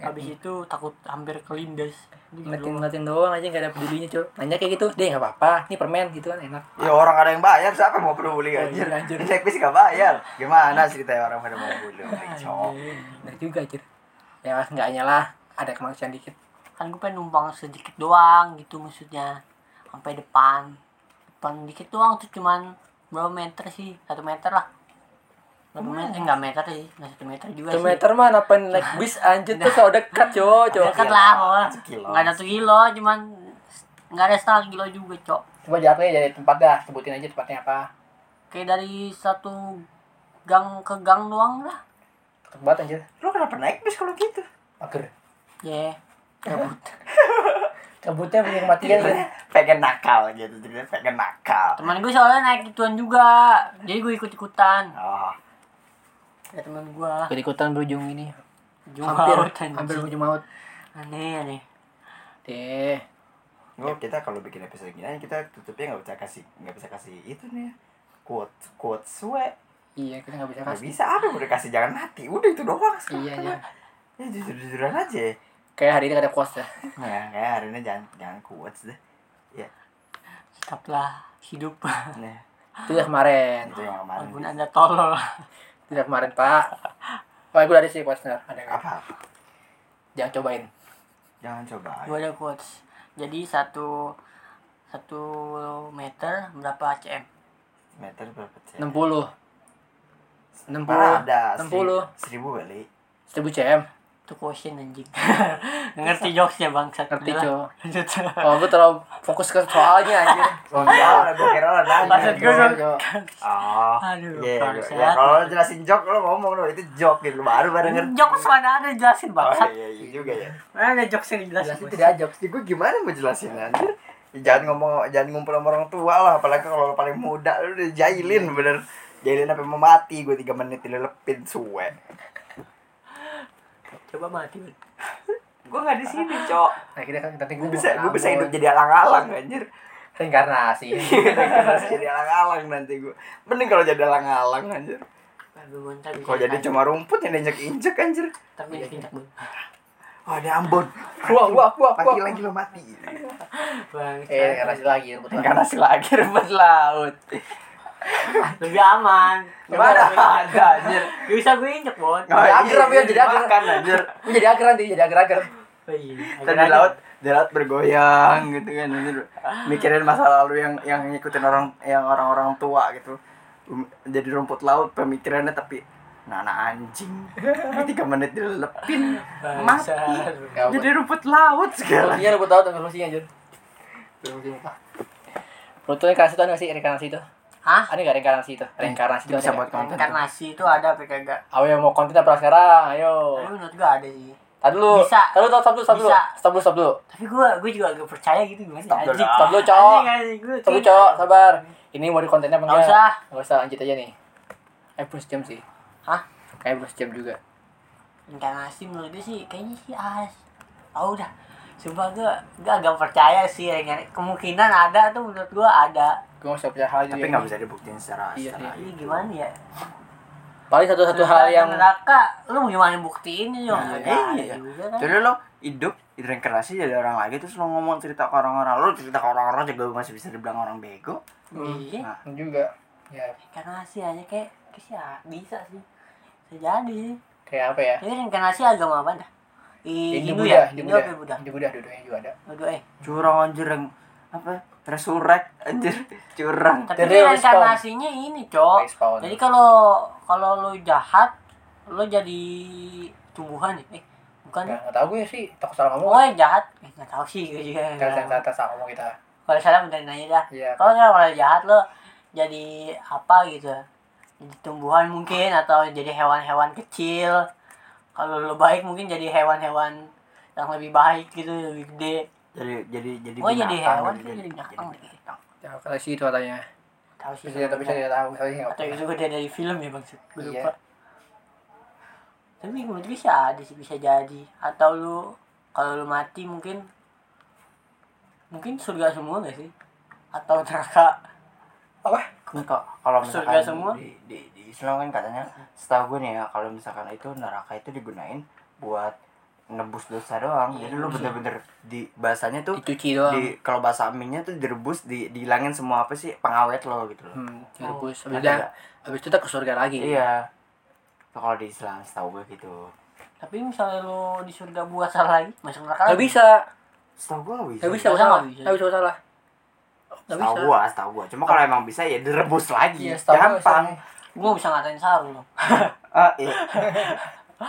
S3: Eh.
S1: Habis itu takut hampir kelindes.
S2: Ngeliatin ngeliatin doang aja gak ada pedulinya cuy. Nanya kayak gitu, deh nggak apa-apa. Ini permen gitu kan enak.
S3: Ya orang ada yang bayar, siapa yang mau peduli anjir?
S2: iya, anjir.
S3: Naik bis gak bayar. Gimana ceritanya orang pada mau peduli? Cok.
S2: Enak Iya, juga aja. Ya nggak nyala. Ada kemanusiaan dikit.
S1: kan gue pengen numpang sedikit doang gitu maksudnya sampai depan depan dikit doang tuh cuman berapa meter sih satu meter lah satu meter eh, nggak meter sih nggak satu meter juga
S2: Satu
S1: sih
S2: meter mah apa naik bis anjir tuh kalau Nah. dekat Iya. cuy cuy.
S1: dekat lah pokoknya
S3: Sekilo.
S1: kan, nggak ada satu kilo cuman nggak ada setengah kilo juga cok
S2: Coba jaraknya dari tempat dah. Sebutin aja tempatnya apa.
S1: kayak dari satu gang ke gang doang lah
S2: Deket banget anjir.
S3: Lo kenapa naik bis kalau gitu?
S2: Mager.
S1: ya
S2: Cabut. Cabutnya punya kematian kan.
S3: pengen nakal gitu, jadi pengen nakal.
S1: teman gue soalnya naik ituan juga jadi gue ikut ikutan
S3: Oh,
S1: ya teman gue
S2: Ikut-ikutan berujung ini.
S1: Jauh
S2: Hampir
S1: banget, anjing.
S2: hampir berujung maut.
S1: aneh aneh
S2: Deh.
S3: gua ya kita kalau bikin episode gini kita tutupnya nggak bisa kasih nggak bisa kasih itu nih ya. quote quote sue
S2: Iya, kita nggak bisa
S3: nggak
S2: kasih.
S3: bisa apa udah kasih jangan mati udah itu doang
S2: Iya, iya.
S3: ya jujur jujuran aja
S2: Kayak hari ini nggak ada kuas ya.
S3: ya kayak hari ini jangan jangan quotes deh ya
S1: tetaplah hidup
S3: nah
S2: Itu udah kemarin.
S3: itu yang kemarin
S1: walaupun anda tolol
S2: Tidak kemarin, Pak. Pak, gue ada sih partner. Ada nggak?
S3: apa
S2: Jangan cobain.
S3: jangan coba
S1: Gua ada quotes. Jadi satu satu meter berapa cm?
S3: meter berapa cm
S2: 60. 60.
S3: Parah ada
S2: 60.
S3: seribu kali
S2: 1000 cm.
S1: Itu question anjing. Ngerti jokesnya bangsat.
S2: Ngerti,
S1: Udahlah,
S2: Cok.
S1: Lanjut.
S2: Kalau gue terlalu fokus ke soalnya anjir.
S3: Soalnya gue kira lo nanya.
S1: Maksud gue
S2: Cok,
S1: dong.
S2: Cok.
S3: Oh,
S1: Aduh,
S3: iya, iya,
S1: bangsat.
S3: iya. Kalau lo jelasin jok lo ngomong lo itu jok gitu baru baru ngerti.
S1: Jokes mana ada jelasin
S3: Oh
S1: bangsat.
S3: iya, iya juga ya.
S1: Mana ada jokes yang dijelasin.
S2: Jelasin
S1: Bos?
S2: tidak jokes.
S3: Jadi gue gimana mau jelasin anjir? Jangan ngomong, jangan ngumpul sama orang tua lah, apalagi kalau lo paling muda lo udah jahilin bener. Jahilin sampai mau mati, gue tiga menit dilelepin suwe.
S1: Coba mati. Bud.
S4: Gue gak di sini, Cok.
S2: Akhirnya kan nanti
S3: Gue bisa, gue bisa hidup jadi alang-alang anjir.
S2: Kan reinkarnasi.
S3: Harus jadi alang-alang nanti gue. Mending kalau jadi alang-alang anjir.
S1: Aduh, bentar.
S3: Kalau jadi cuma Iya, rumput yang injek-injek anjir.
S1: tapi injak bun.
S3: Oh, ada Ambon.
S2: Gua gua gua
S3: Mati
S2: gua.
S3: lagi lo mati.
S1: Bangsat.
S2: Eh,
S3: Iya,
S2: reinkarnasi lagi rebut lagi.
S3: Karena lagi rebut laut.
S1: Lebih aman.
S3: Gimana ada anjir.
S1: Gak bisa gue injek bon.
S3: Oh,
S2: Jadi
S3: iya,
S2: akrab ya, jadi akrab.
S3: Makan anjir.
S2: Gua jadi agar nanti jadi agar-agar.
S1: Oh, iya.
S3: Kita Kan di laut, di laut bergoyang gitu kan anjir. Mikirin masa lalu yang yang ngikutin orang yang orang-orang tua gitu. Um, Jadi rumput laut pemikirannya tapi Nana anjing, tiga menit dilepin, mati.
S1: Bangsat.
S3: Jadi rumput laut segala.
S2: Solusinya rebut laut dengan solusinya anjir. Solusi muka. Menurut lo reinkarnasi itu ada nggak sih reinkarnasi itu?
S1: Hah?
S2: Ada nggak reinkarnasi itu? Reinkarnasi itu
S3: bisa
S2: ada
S3: buat
S2: nggak?
S3: konten.
S1: Reinkarnasi itu ada apa kagak?
S2: Awe yang mau konten apa sekarang? Ayo.
S1: Tapi menurut gue ada sih.
S2: Tadi dulu.
S1: Bisa.
S2: Tadi dulu, stop dulu, stop dulu.
S1: Bisa.
S2: Stop dulu, stop dulu.
S1: Tapi gue gue juga agak percaya gitu gimana
S3: Stop dulu.
S1: anjing.
S2: Stop dulu, cowok.
S1: Anjing, anjing, gue
S2: Tunggu cowok, sabar. Ini mau di kontennya apa
S1: Nggak usah.
S2: Nggak usah, lanjut aja nih. Eh, belum sejam sih.
S1: Hah?
S2: Kayak belum sejam juga.
S1: Reinkarnasi menurut gue sih kayaknya sih as. Oh udah. Sumpah gue gue agak percaya sih reinkarnasi. Kemungkinan ada tuh menurut gue ada.
S2: Gue nggak usah percaya hal
S3: Tapi nggak bisa dibuktiin secara
S2: Iya,
S3: secara.
S1: Ini gimana ya?
S2: Paling satu satu hal yang
S1: neraka lu mau gimana buktiin ini
S3: Nah,
S1: juga
S3: iya.
S1: ada juga kan.
S3: Jadi lo hidup reinkarnasi jadi orang lagi terus lo ngomong cerita ke orang-orang lo cerita ke orang-orang juga masih bisa dibilang orang bego.
S1: Iya.
S3: Nah,
S2: juga ya
S1: Reinkarnasi aja kayak kayak sih ah, bisa sih. Bisa jadi.
S2: kayak apa ya?
S1: Jadi reinkarnasi agama apa dah? I, Hindu
S2: Hindu Buddha,
S1: ya?
S2: Hindu
S1: Hindu
S2: Buddha,
S1: apa Buddha?
S2: Hindu Buddha, dua-duanya juga ada.
S1: Aduh eh.
S3: Curang anjir yang apa? Resurrect anjir curang.
S1: Tapi
S2: The
S1: ini
S2: real response.
S1: reinkarnasinya ini, Cok.
S2: Respawn.
S1: Oh, Jadi kan kalau kalau lu jahat, lu jadi tumbuhan ya? Eh, bukan.
S2: Nah, Nggak nggak tahu gue sih, takut salah ngomong.
S1: Oh, iya. yang jahat. Eh, enggak tahu sih gue juga.
S2: Nggak salah salah- salah ngomong kita.
S1: Kalau salah minta nanya dah.
S2: Iya.
S1: Kalau nggak kalau jahat lu jadi apa gitu? Jadi tumbuhan mungkin atau jadi hewan-hewan kecil. Kalau lu baik mungkin jadi hewan-hewan yang lebih baik gitu, lebih gede.
S3: Jadi jadi jadi
S1: Oh, jadi hewan,
S3: gitu,
S1: jadi binatang.
S2: Ya, kalau sih itu katanya.
S1: Tahu sih.
S2: Bisa Iya, tapi saya tidak tahu, saya nggak
S1: Atau itu udah dari film ya bang Sud? Gue
S2: Iya.
S1: lupa. Tapi menurut gue sih ada sih bisa jadi. Atau lu kalau lu mati mungkin mungkin surga semua gak sih? Atau neraka?
S2: Apa?
S3: gitu. Ini kok kalau
S1: Surga
S3: misalkan
S1: semua?
S3: Di, di, di Islam kan katanya setahu gue nih ya kalau misalkan itu neraka itu digunain buat nebus dosa doang. Jadi
S1: Iya.
S3: lu bener-bener di bahasanya tuh
S2: Dicuci doang.
S3: di kalau bahasa aminya tuh direbus di dihilangin semua apa sih pengawet lo gitu loh
S2: Hmm, direbus.
S1: Oh.
S2: Habis
S3: Ada
S2: itu,
S3: nggak?
S2: habis itu tak ke surga lagi.
S3: iya Itu kalau di Islam setahu gue gitu
S1: Tapi misalnya lu di surga buat salah lagi, masuk neraka
S2: Nggak
S1: lagi.
S2: bisa,
S3: setahu gue nggak bisa
S2: nggak bisa
S1: Nggak
S2: salah,
S1: bisa.
S2: nggak bisa salah. Nggak
S3: setahu
S2: bisa.
S3: gue setahu gue cuma kalau emang bisa ya direbus lagi
S2: Iya, setahu gue
S3: gampang
S1: Gue bisa ngatain sarung loh.
S3: ah, iya.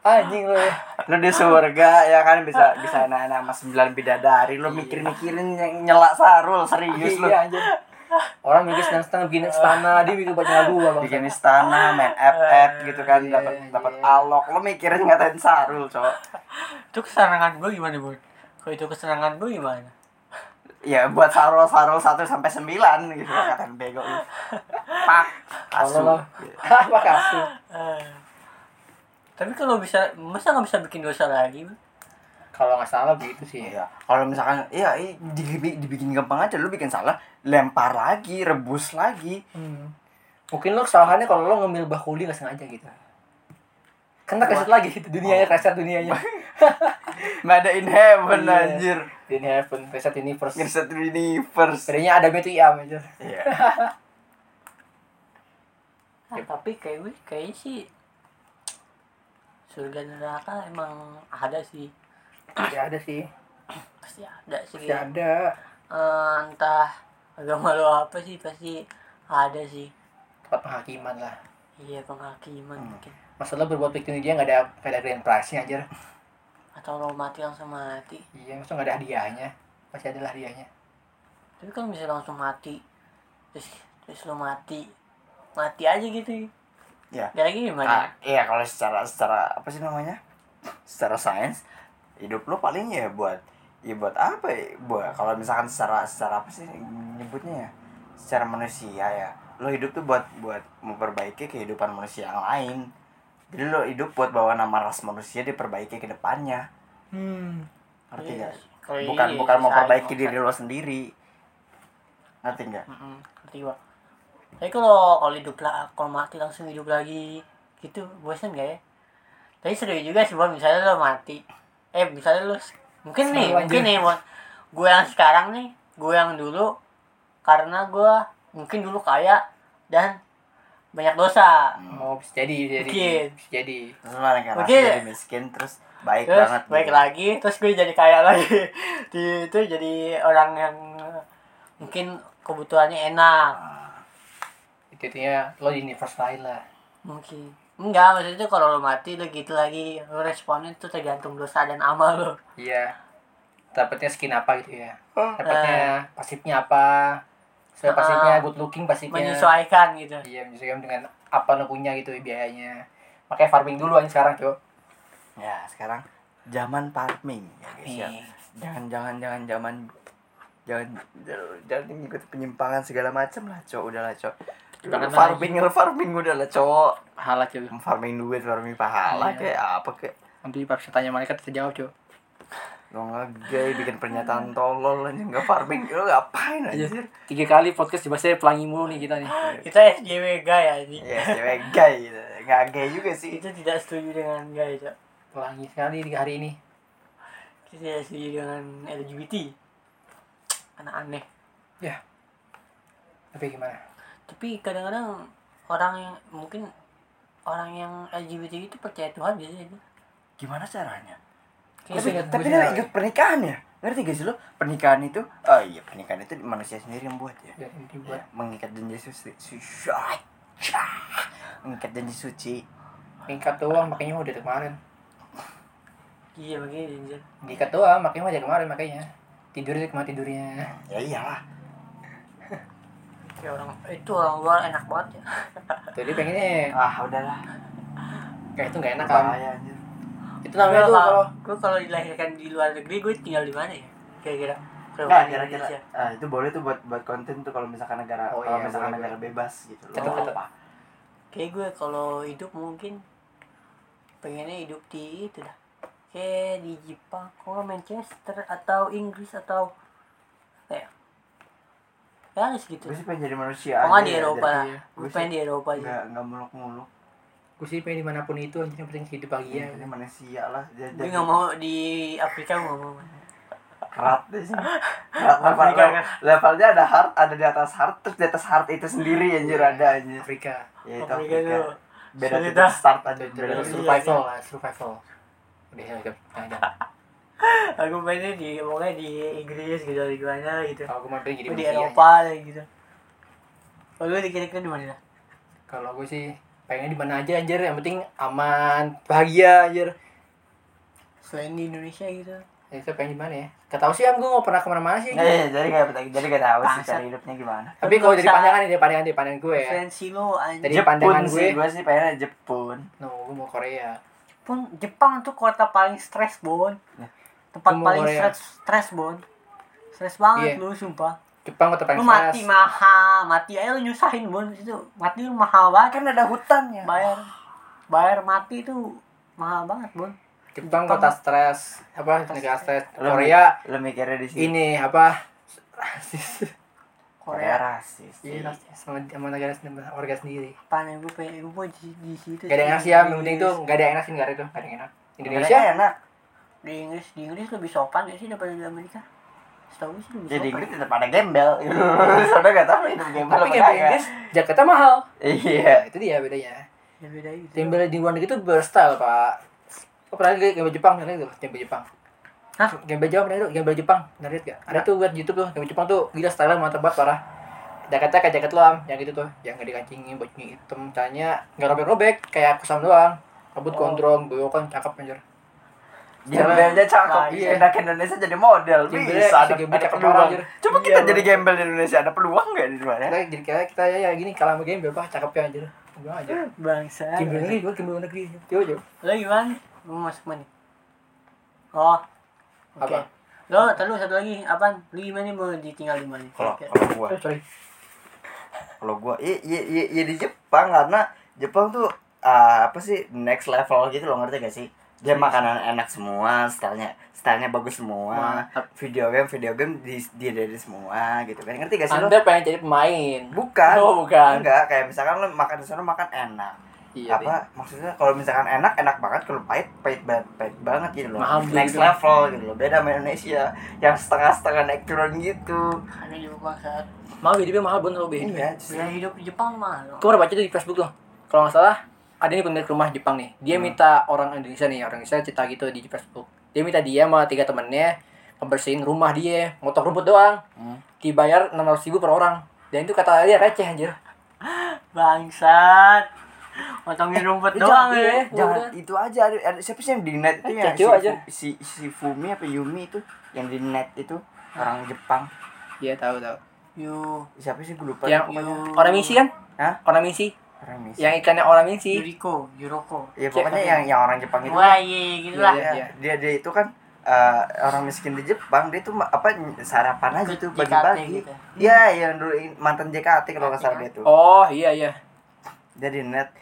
S2: Anjing lu ya.
S3: lo di surga ya kan bisa bisa anak-anak sama sembilan bidadari lo mikir-mikirin yang nyela sarul serius lo
S2: Iya anjir. Orang bikin senang setengah bikin istana, dia bikin baju lagu bang.
S3: bikin istana main app gitu kan
S2: Iya,
S3: dapat dapat
S2: iya.
S3: alok lo mikirin ngatain sarul cowok
S1: Itu keserangan gue gimana, Bun? Kalau itu keserangan gue gimana?
S3: ya buat sarul sarul satu sampai sembilan gitu katain bego lu pak asu
S2: Allah. Iya. Apa kasus?
S1: Eh, tapi kalau bisa, masa nggak bisa bikin dosa lagi? Bun?
S2: Kalau nggak salah gitu sih.
S3: Iya. Kalau misalkan iya i- dibi- dibikin gampang aja lu bikin salah, lempar lagi, rebus lagi.
S2: Hmm. Mungkin lo kesalahannya kalau lo ngemil bakuli nggak sengaja gitu. Kena keset lagi gitu dunianya, keset dunianya.
S3: Made in heaven
S2: Iya.
S3: anjir.
S2: In heaven, keset universe.
S3: Ngeset universe.
S2: Bedanya ada itu iam aja.
S3: Iya.
S1: Ah, tapi kayak gue kayaknya sih surga neraka emang ada sih
S2: Ya ada sih.
S1: pasti ada sih
S2: Ya ada.
S1: Eh, entah agama lo apa sih pasti ada sih
S2: Tempat penghakiman lah.
S1: iya penghakiman mungkin
S2: masalah berbuat victim dia nggak ada nggak ada grand prize nya anjir
S1: atau lo mati langsung mati
S2: iya maksudnya nggak ada hadiahnya pasti ada lah hadiahnya
S1: tapi kan bisa langsung mati terus terus lo mati mati aja gitu
S3: Ya.
S1: ya lagi
S3: Ah,
S1: gimana
S3: iya kalau secara secara apa sih namanya? Secara sains hidup lo paling ya buat ya buat apa ya? Buat kalau misalkan secara secara apa sih nyebutnya ya? Secara manusia ya. Lo hidup tuh buat buat memperbaiki kehidupan manusia yang lain. Jadi lo hidup buat bawa nama ras manusia diperbaiki ke depannya.
S2: hmm
S3: Ngerti
S1: Iya,
S3: nggak?
S1: kalau
S3: Bukan
S1: iya,
S3: bukan
S1: bisa
S3: memperbaiki
S1: aja,
S3: diri lo sendiri. Ngerti nggak?
S1: Mm-mm, ngerti gua tapi kalau kalau hidup lah kalau mati langsung hidup lagi gitu bosan gak ya tapi seru juga sih buat misalnya lo mati eh misalnya lo mungkin nih
S2: Seru aja.
S1: mungkin nih buat gue yang sekarang nih gue yang dulu karena gue mungkin dulu kaya dan banyak dosa
S2: oh bisa jadi bisa jadi
S1: Mungkin.
S2: bisa jadi
S3: Terus lo yang
S1: Oke.
S3: jadi miskin terus baik
S1: terus
S3: banget.
S1: baik
S3: gitu.
S1: lagi terus gue jadi kaya lagi di itu jadi orang yang eh, mungkin kebutuhannya enak
S2: itu itunya lo di universe lain lah
S1: mungkin enggak maksudnya tuh kalau lo mati lo gitu lagi lo responnya tuh tergantung dosa dan amal lo
S2: iya dapatnya skin apa gitu ya dapatnya pasifnya apa
S1: Ah.
S2: sesuai pasifnya good looking pasifnya
S1: menyesuaikan gitu
S2: iya menyesuaikan dengan apa lo punya gitu biayanya makanya farming dulu aja sekarang cuy
S3: Ya, sekarang zaman farming ya guys ya.
S2: Iya.
S1: Nih.
S3: Jangan jangan jangan zaman jangan jangan ikut penyimpangan segala macam lah, cok. Udahlah, cok.
S2: Jangan
S3: farming, farming udahlah, cok.
S2: pahala cuy
S3: Farming duit, farming pahala
S2: Iya.
S3: kayak apa kayak
S2: nanti paksa tanya malaikat terjawab cuy
S3: lo ngegay bikin pernyataan tolol aja nggak farming lo ngapain aja
S2: tiga kali podcast dibahasnya pelangi mulu nih kita nih
S1: kita SJW gay ini
S3: ya cewek gay gitu. nggak gay juga sih
S1: itu tidak setuju dengan gay Cok.
S2: pelangi sekali di hari ini
S1: kita tidak setuju dengan LGBT anak aneh
S2: tapi gimana
S1: tapi kadang-kadang orang yang mungkin orang yang LGBT itu percaya Tuhan biasanya
S3: gimana caranya
S1: Kayak
S3: tapi,
S2: ingat
S3: tapi
S2: gue
S3: dia
S2: sih,
S3: ikut pernikahan ya ngerti gak sih lo pernikahan itu oh iya pernikahan itu manusia sendiri yang buat ya
S2: ya, ini
S3: ya,
S2: dibuat
S3: mengikat janji suci suci mengikat janji suci
S2: mengikat doang makanya mah udah dari kemarin
S1: iya begini Jen.
S2: mengikat doang makanya mah dari kemarin makanya tidur aja kemarin tidurnya
S3: ya iyalah
S1: kayak orang itu orang luar enak banget ya
S2: tuh dia pengennya
S3: ah udahlah
S2: kayak itu nggak enak kan
S3: bahaya anjir
S2: itu namanya tuh
S1: Gua
S2: kalau
S1: gua kalau dilahirkan di luar negeri gue tinggal di mana ya kira-kira Kalau
S3: nah,
S1: di
S3: kira-kira
S1: Indonesia.
S3: ah, itu boleh tuh buat buat konten tuh kalau misalkan negara
S2: Oh,
S3: kalau
S2: iya,
S3: misalkan
S2: boleh,
S3: negara bebas gitu loh
S2: Tetep, tetep.
S3: apa
S1: kayak gue kalau hidup mungkin pengennya hidup di itu dah kayak di Jepang kalau Manchester atau Inggris atau kayak ya harus gitu
S3: gue sih pengen jadi manusia ya,
S1: kalau nggak di Eropa
S3: jadi-
S1: lah
S2: iya.
S1: gue
S3: Gua
S1: pengen di Eropa aja
S3: nggak nggak muluk-muluk
S2: gue sih pengen dimanapun itu anjir yang penting hidup bahagia
S3: jadi manusia lah jadi
S1: gue Oh, iya. nggak mau di Afrika gue nggak mau
S3: kerat deh sih Kerat, level,
S1: Afrika.
S3: levelnya ada hard ada di atas hard terus di atas hard itu sendiri anjir ada anjir
S2: Afrika
S3: ya itu
S1: Afrika
S3: Afrika.
S1: tuh
S3: beda
S1: Sulit
S3: titik
S1: dah.
S3: start aja beda
S2: Terus
S1: Iya,
S3: titik
S2: survival lah survival udah ya udah panjang
S1: aku pengennya di pokoknya di Inggris gitu di mana gitu
S3: Oh,
S2: kalau gue mau pengen jadi
S1: gue di
S2: manusia,
S1: Eropa aja gitu kalau lu dikira-kira di mana
S2: anjir. kalau gue sih pengen di mana aja anjir yang penting aman bahagia anjir
S1: selain di Indonesia gitu
S2: ya, itu pengen di mana ya gak tau sih am gue nggak pernah kemana-mana sih
S3: Eh, jadi kayak jadi gak tahu sih
S1: Bangsat.
S3: cara hidupnya gimana.
S2: tapi kalau dari
S1: Bisa.
S2: pandangan nih dari pandangan dari pandangan gue ya
S1: referensi lu anjir
S2: Jadi pandangan
S3: sih,
S2: gue-
S3: gue sih pengennya Jepun.
S2: no gue mau Korea
S1: pun Jepang tuh kota paling stres bon tempat
S2: Ya. Semua
S1: paling
S2: Korea.
S1: stres stres bon stres banget
S2: Iya.
S1: lu sumpah
S2: Jepang kota paling
S1: lu mati
S2: stres
S1: mahal mati aja lu nyusahin bon itu mati lu mahal banget
S3: Kan ada hutannya.
S1: bayar bayar mati itu mahal banget bon
S2: Jepang
S1: Jepang.
S2: kota stres apa
S1: Kota
S2: negara stres
S3: Lu-
S2: Korea
S3: Lu mikirnya di sini.
S2: ini apa rasis
S1: Korea
S3: Korea rasis.
S2: Iya, rasis sama, sama negara sendiri, warga sendiri.
S1: apaan yang gue pengen gue mau di, di situ
S2: Gak ada yang enak sih, Am.
S1: iya,
S2: yang penting tuh gak ada yang enak sih negara itu, gak ada yang enak. Indonesia,
S3: Mereka enak.
S1: di Inggris di Inggris lebih sopan gak sih daripada di Amerika setahu gue sih lebih
S2: Ya,
S3: Jadi
S1: sopan
S3: Inggris tetap ada gembel. Soalnya gak tahu hidup gembel
S2: tapi
S3: apa
S2: gak
S3: kagak.
S2: Inggris, Jakarta mahal.
S3: Iya.
S2: Nah, itu dia bedanya.
S1: ya beda gitu
S2: Tembel di luar negeri itu berstyle, Pak. Oh, pernah lihat gembel Jepang, pernah lihat tuh, gembel Jepang.
S1: Hah?
S2: Gembel Jawa pernah lihat tuh, gembel Jepang, pernah lihat gak? Ada tuh buat YouTube tuh, gembel Jepang tuh gila style mantap banget parah. Jakarta kayak jaket lo, Am, yang gitu tuh, yang gak dikancingin, bajunya hitam, caranya gak robek-robek, kayak kusam doang. Rambut gondrong, gue kan cakep anjir.
S3: Gembelnya cakep.
S2: Nah, iya.
S3: Enak Indonesia jadi model.
S2: Gembelnya
S3: Bisa ada,
S2: segembel
S3: ada
S2: cakep
S3: peluang.
S2: doang, anjir.
S3: Coba
S1: Iya,
S3: kita
S1: Bang.
S3: jadi gembel di Indonesia ada peluang nggak di luar ya?
S2: Kita jadi kayak kita ya, ya gini kalah sama game berapa cakepnya anjir. Enggak aja.
S1: Bangsa.
S2: Game negeri gue game negeri. Coba coba.
S1: Lo gimana? Mau masuk mana? Oh. Oke.
S2: Apa?
S1: Lo terus satu lagi apaan? Lu gimana mau ditinggal di mana?
S3: Kalau
S1: Oke.
S3: kalau gua,
S2: Oh, sorry.
S3: kalau gua, iya iya iya iya di Jepang karena Jepang tuh ah, apa sih next level gitu loh ngerti gak sih? Dia makanan enak semua, stylenya stylenya bagus semua, video game video game di dia dari semua gitu kan ngerti gak sih lo?
S2: Anda pengen jadi pemain.
S3: Bukan.
S2: Oh, bukan.
S3: Enggak, kayak misalkan lo makan di sana makan enak.
S2: Iya.
S3: apa maksudnya kalau misalkan enak enak banget kalau pahit pahit banget pahit banget gitu loh
S2: Mahal
S3: next
S2: gitu.
S3: level gitu loh beda sama Indonesia yang setengah setengah naik turun gitu
S1: Ada di saat
S2: Mahal hidupnya mahal bener loh, Be.
S3: iya
S1: biaya hidup di Jepang mahal.
S2: Gue pernah baca tuh di Facebook tuh. Kalau nggak salah, ada nih pemilik rumah Jepang nih. Dia minta orang Indonesia nih, orang Indonesia cerita gitu di Facebook. Dia minta dia sama tiga temennya ngebersihin rumah dia, motong rumput doang.
S3: Hmm.
S2: Dibayar 600 ribu per orang. Dan itu kata dia receh anjir.
S1: Bangsat. Motongin rumput
S2: Eh,
S1: doang
S2: jangan,
S1: ya.
S2: iya.
S3: jangan itu aja ada, ada- siapa sih yang di net itu ya si,
S2: Cewek aja.
S3: si si Fumi apa Yumi itu yang di net itu orang Jepang
S2: Iya, tahu tahu.
S1: Yo.
S3: siapa sih gue lupa
S2: Yang
S3: pokoknya
S2: orang misi kan?
S3: Hah?
S2: Orang misi.
S3: orang Indonesia
S2: Yang ikannya orang misi.
S1: Yuriko, Yuroko.
S3: ya pokoknya yang yang orang Jepang itu
S1: Wah, iya gitu lah.
S2: Iya,
S3: Ya, dia dia itu kan eh, orang miskin di Jepang dia tuh ma- apa
S2: iya.
S3: sarapan aja tuh
S1: JKT
S2: ya.
S3: pagi-pagi
S1: gitu.
S3: Iya, yang dulu in- mantan JKT kalau nggak salah dia tuh.
S2: Oh, iya iya.
S3: Dia di net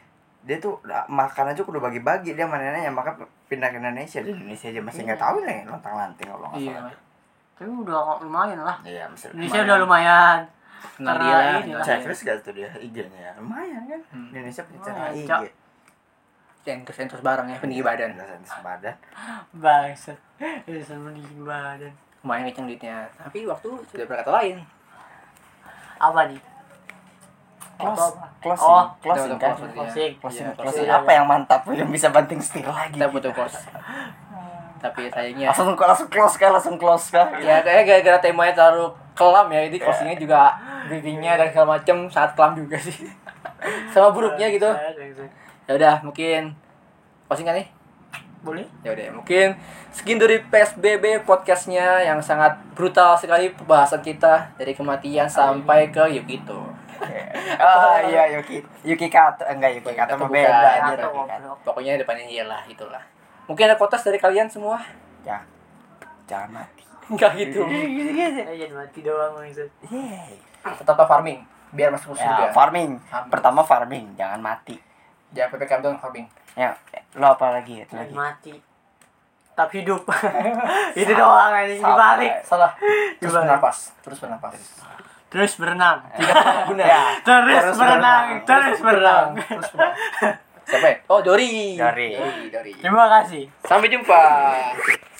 S3: dia tuh ah, makan aja kudu bagi-bagi dia manennya yang makan pindah ke Indonesia di Indonesia aja masih nggak tahu nih lontang-lanting kalau nggak
S2: Iya.
S3: salah.
S1: Tapi udah lumayan lah.
S3: Iya, masih
S1: Indonesia udah lumayan.
S2: Kenal
S1: Karena
S2: dia lah.
S1: ini
S2: kenal
S1: lah.
S2: dia.
S3: Checklist gak tuh dia IG-nya lumayan kan
S2: Hmm.
S3: Indonesia pencetak
S1: Lumayan,
S3: IG
S1: Cok.
S2: yang tersentuh barang ya
S3: Iya,
S2: peninggi badan
S3: Pencetak sebadan
S1: Bangsat. Ya, sama di badan.
S2: lumayan kenceng duitnya tapi waktu sudah berkata lain
S1: Apa nih?
S3: close
S1: Apa?
S3: closing
S1: Oh,
S3: closing
S2: udah,
S3: kan
S2: udah,
S1: Closing.
S3: closing
S2: Iya,
S3: closing
S1: closing.
S3: apa yang mantap yang bisa banting setir lagi
S2: kita butuh course tapi sayangnya
S3: langsung langsung close kan langsung close kan
S2: ya kayaknya gara-gara temanya terlalu kelam ya jadi closingnya juga greetingnya dan segala macem sangat kelam juga sih sama buruknya gitu ya udah mungkin closing kan nih
S1: Boleh?
S2: ya udah mungkin sekian dari PSBB podcastnya yang sangat brutal sekali pembahasan kita dari kematian sampai ke ya gitu
S3: Oh iya Yuki Yuki Kato enggak Yuki Kato
S2: Kato
S3: mah
S2: bukan.
S3: beda dia
S1: Atau
S3: Yuki Kato.
S1: goblok.
S2: pokoknya depannya iyalah itulah mungkin ada kotas dari kalian semua
S3: Ya. Jangan mati.
S2: Enggak gitu.
S1: Eh, Jadi mati doang maksud.
S3: Yeay.
S2: Tetap farming biar masuk
S3: Ya,
S2: surga.
S3: farming.
S2: Farming.
S3: Pertama farming, jangan mati.
S2: Jangan PPKM doang farming.
S3: Ya, lo apa lagi? Itu
S1: Jadi
S3: lagi.
S1: mati. Tapi hidup. Itu doang anjing
S3: Sabar.
S1: dibalik.
S2: Eh, Salah. Terus
S1: Gimana?
S2: bernapas, terus bernapas.
S1: Terus berenang.
S2: Guna.
S3: Ya.
S1: Terus
S3: Terus
S1: berenang.
S3: berenang.
S1: Terus berenang.
S2: Berang, terus berang. Siapa? ya? Oh, Dori.
S3: Dori.
S2: Dori, Dori.
S1: Terima kasih.
S2: Sampai jumpa.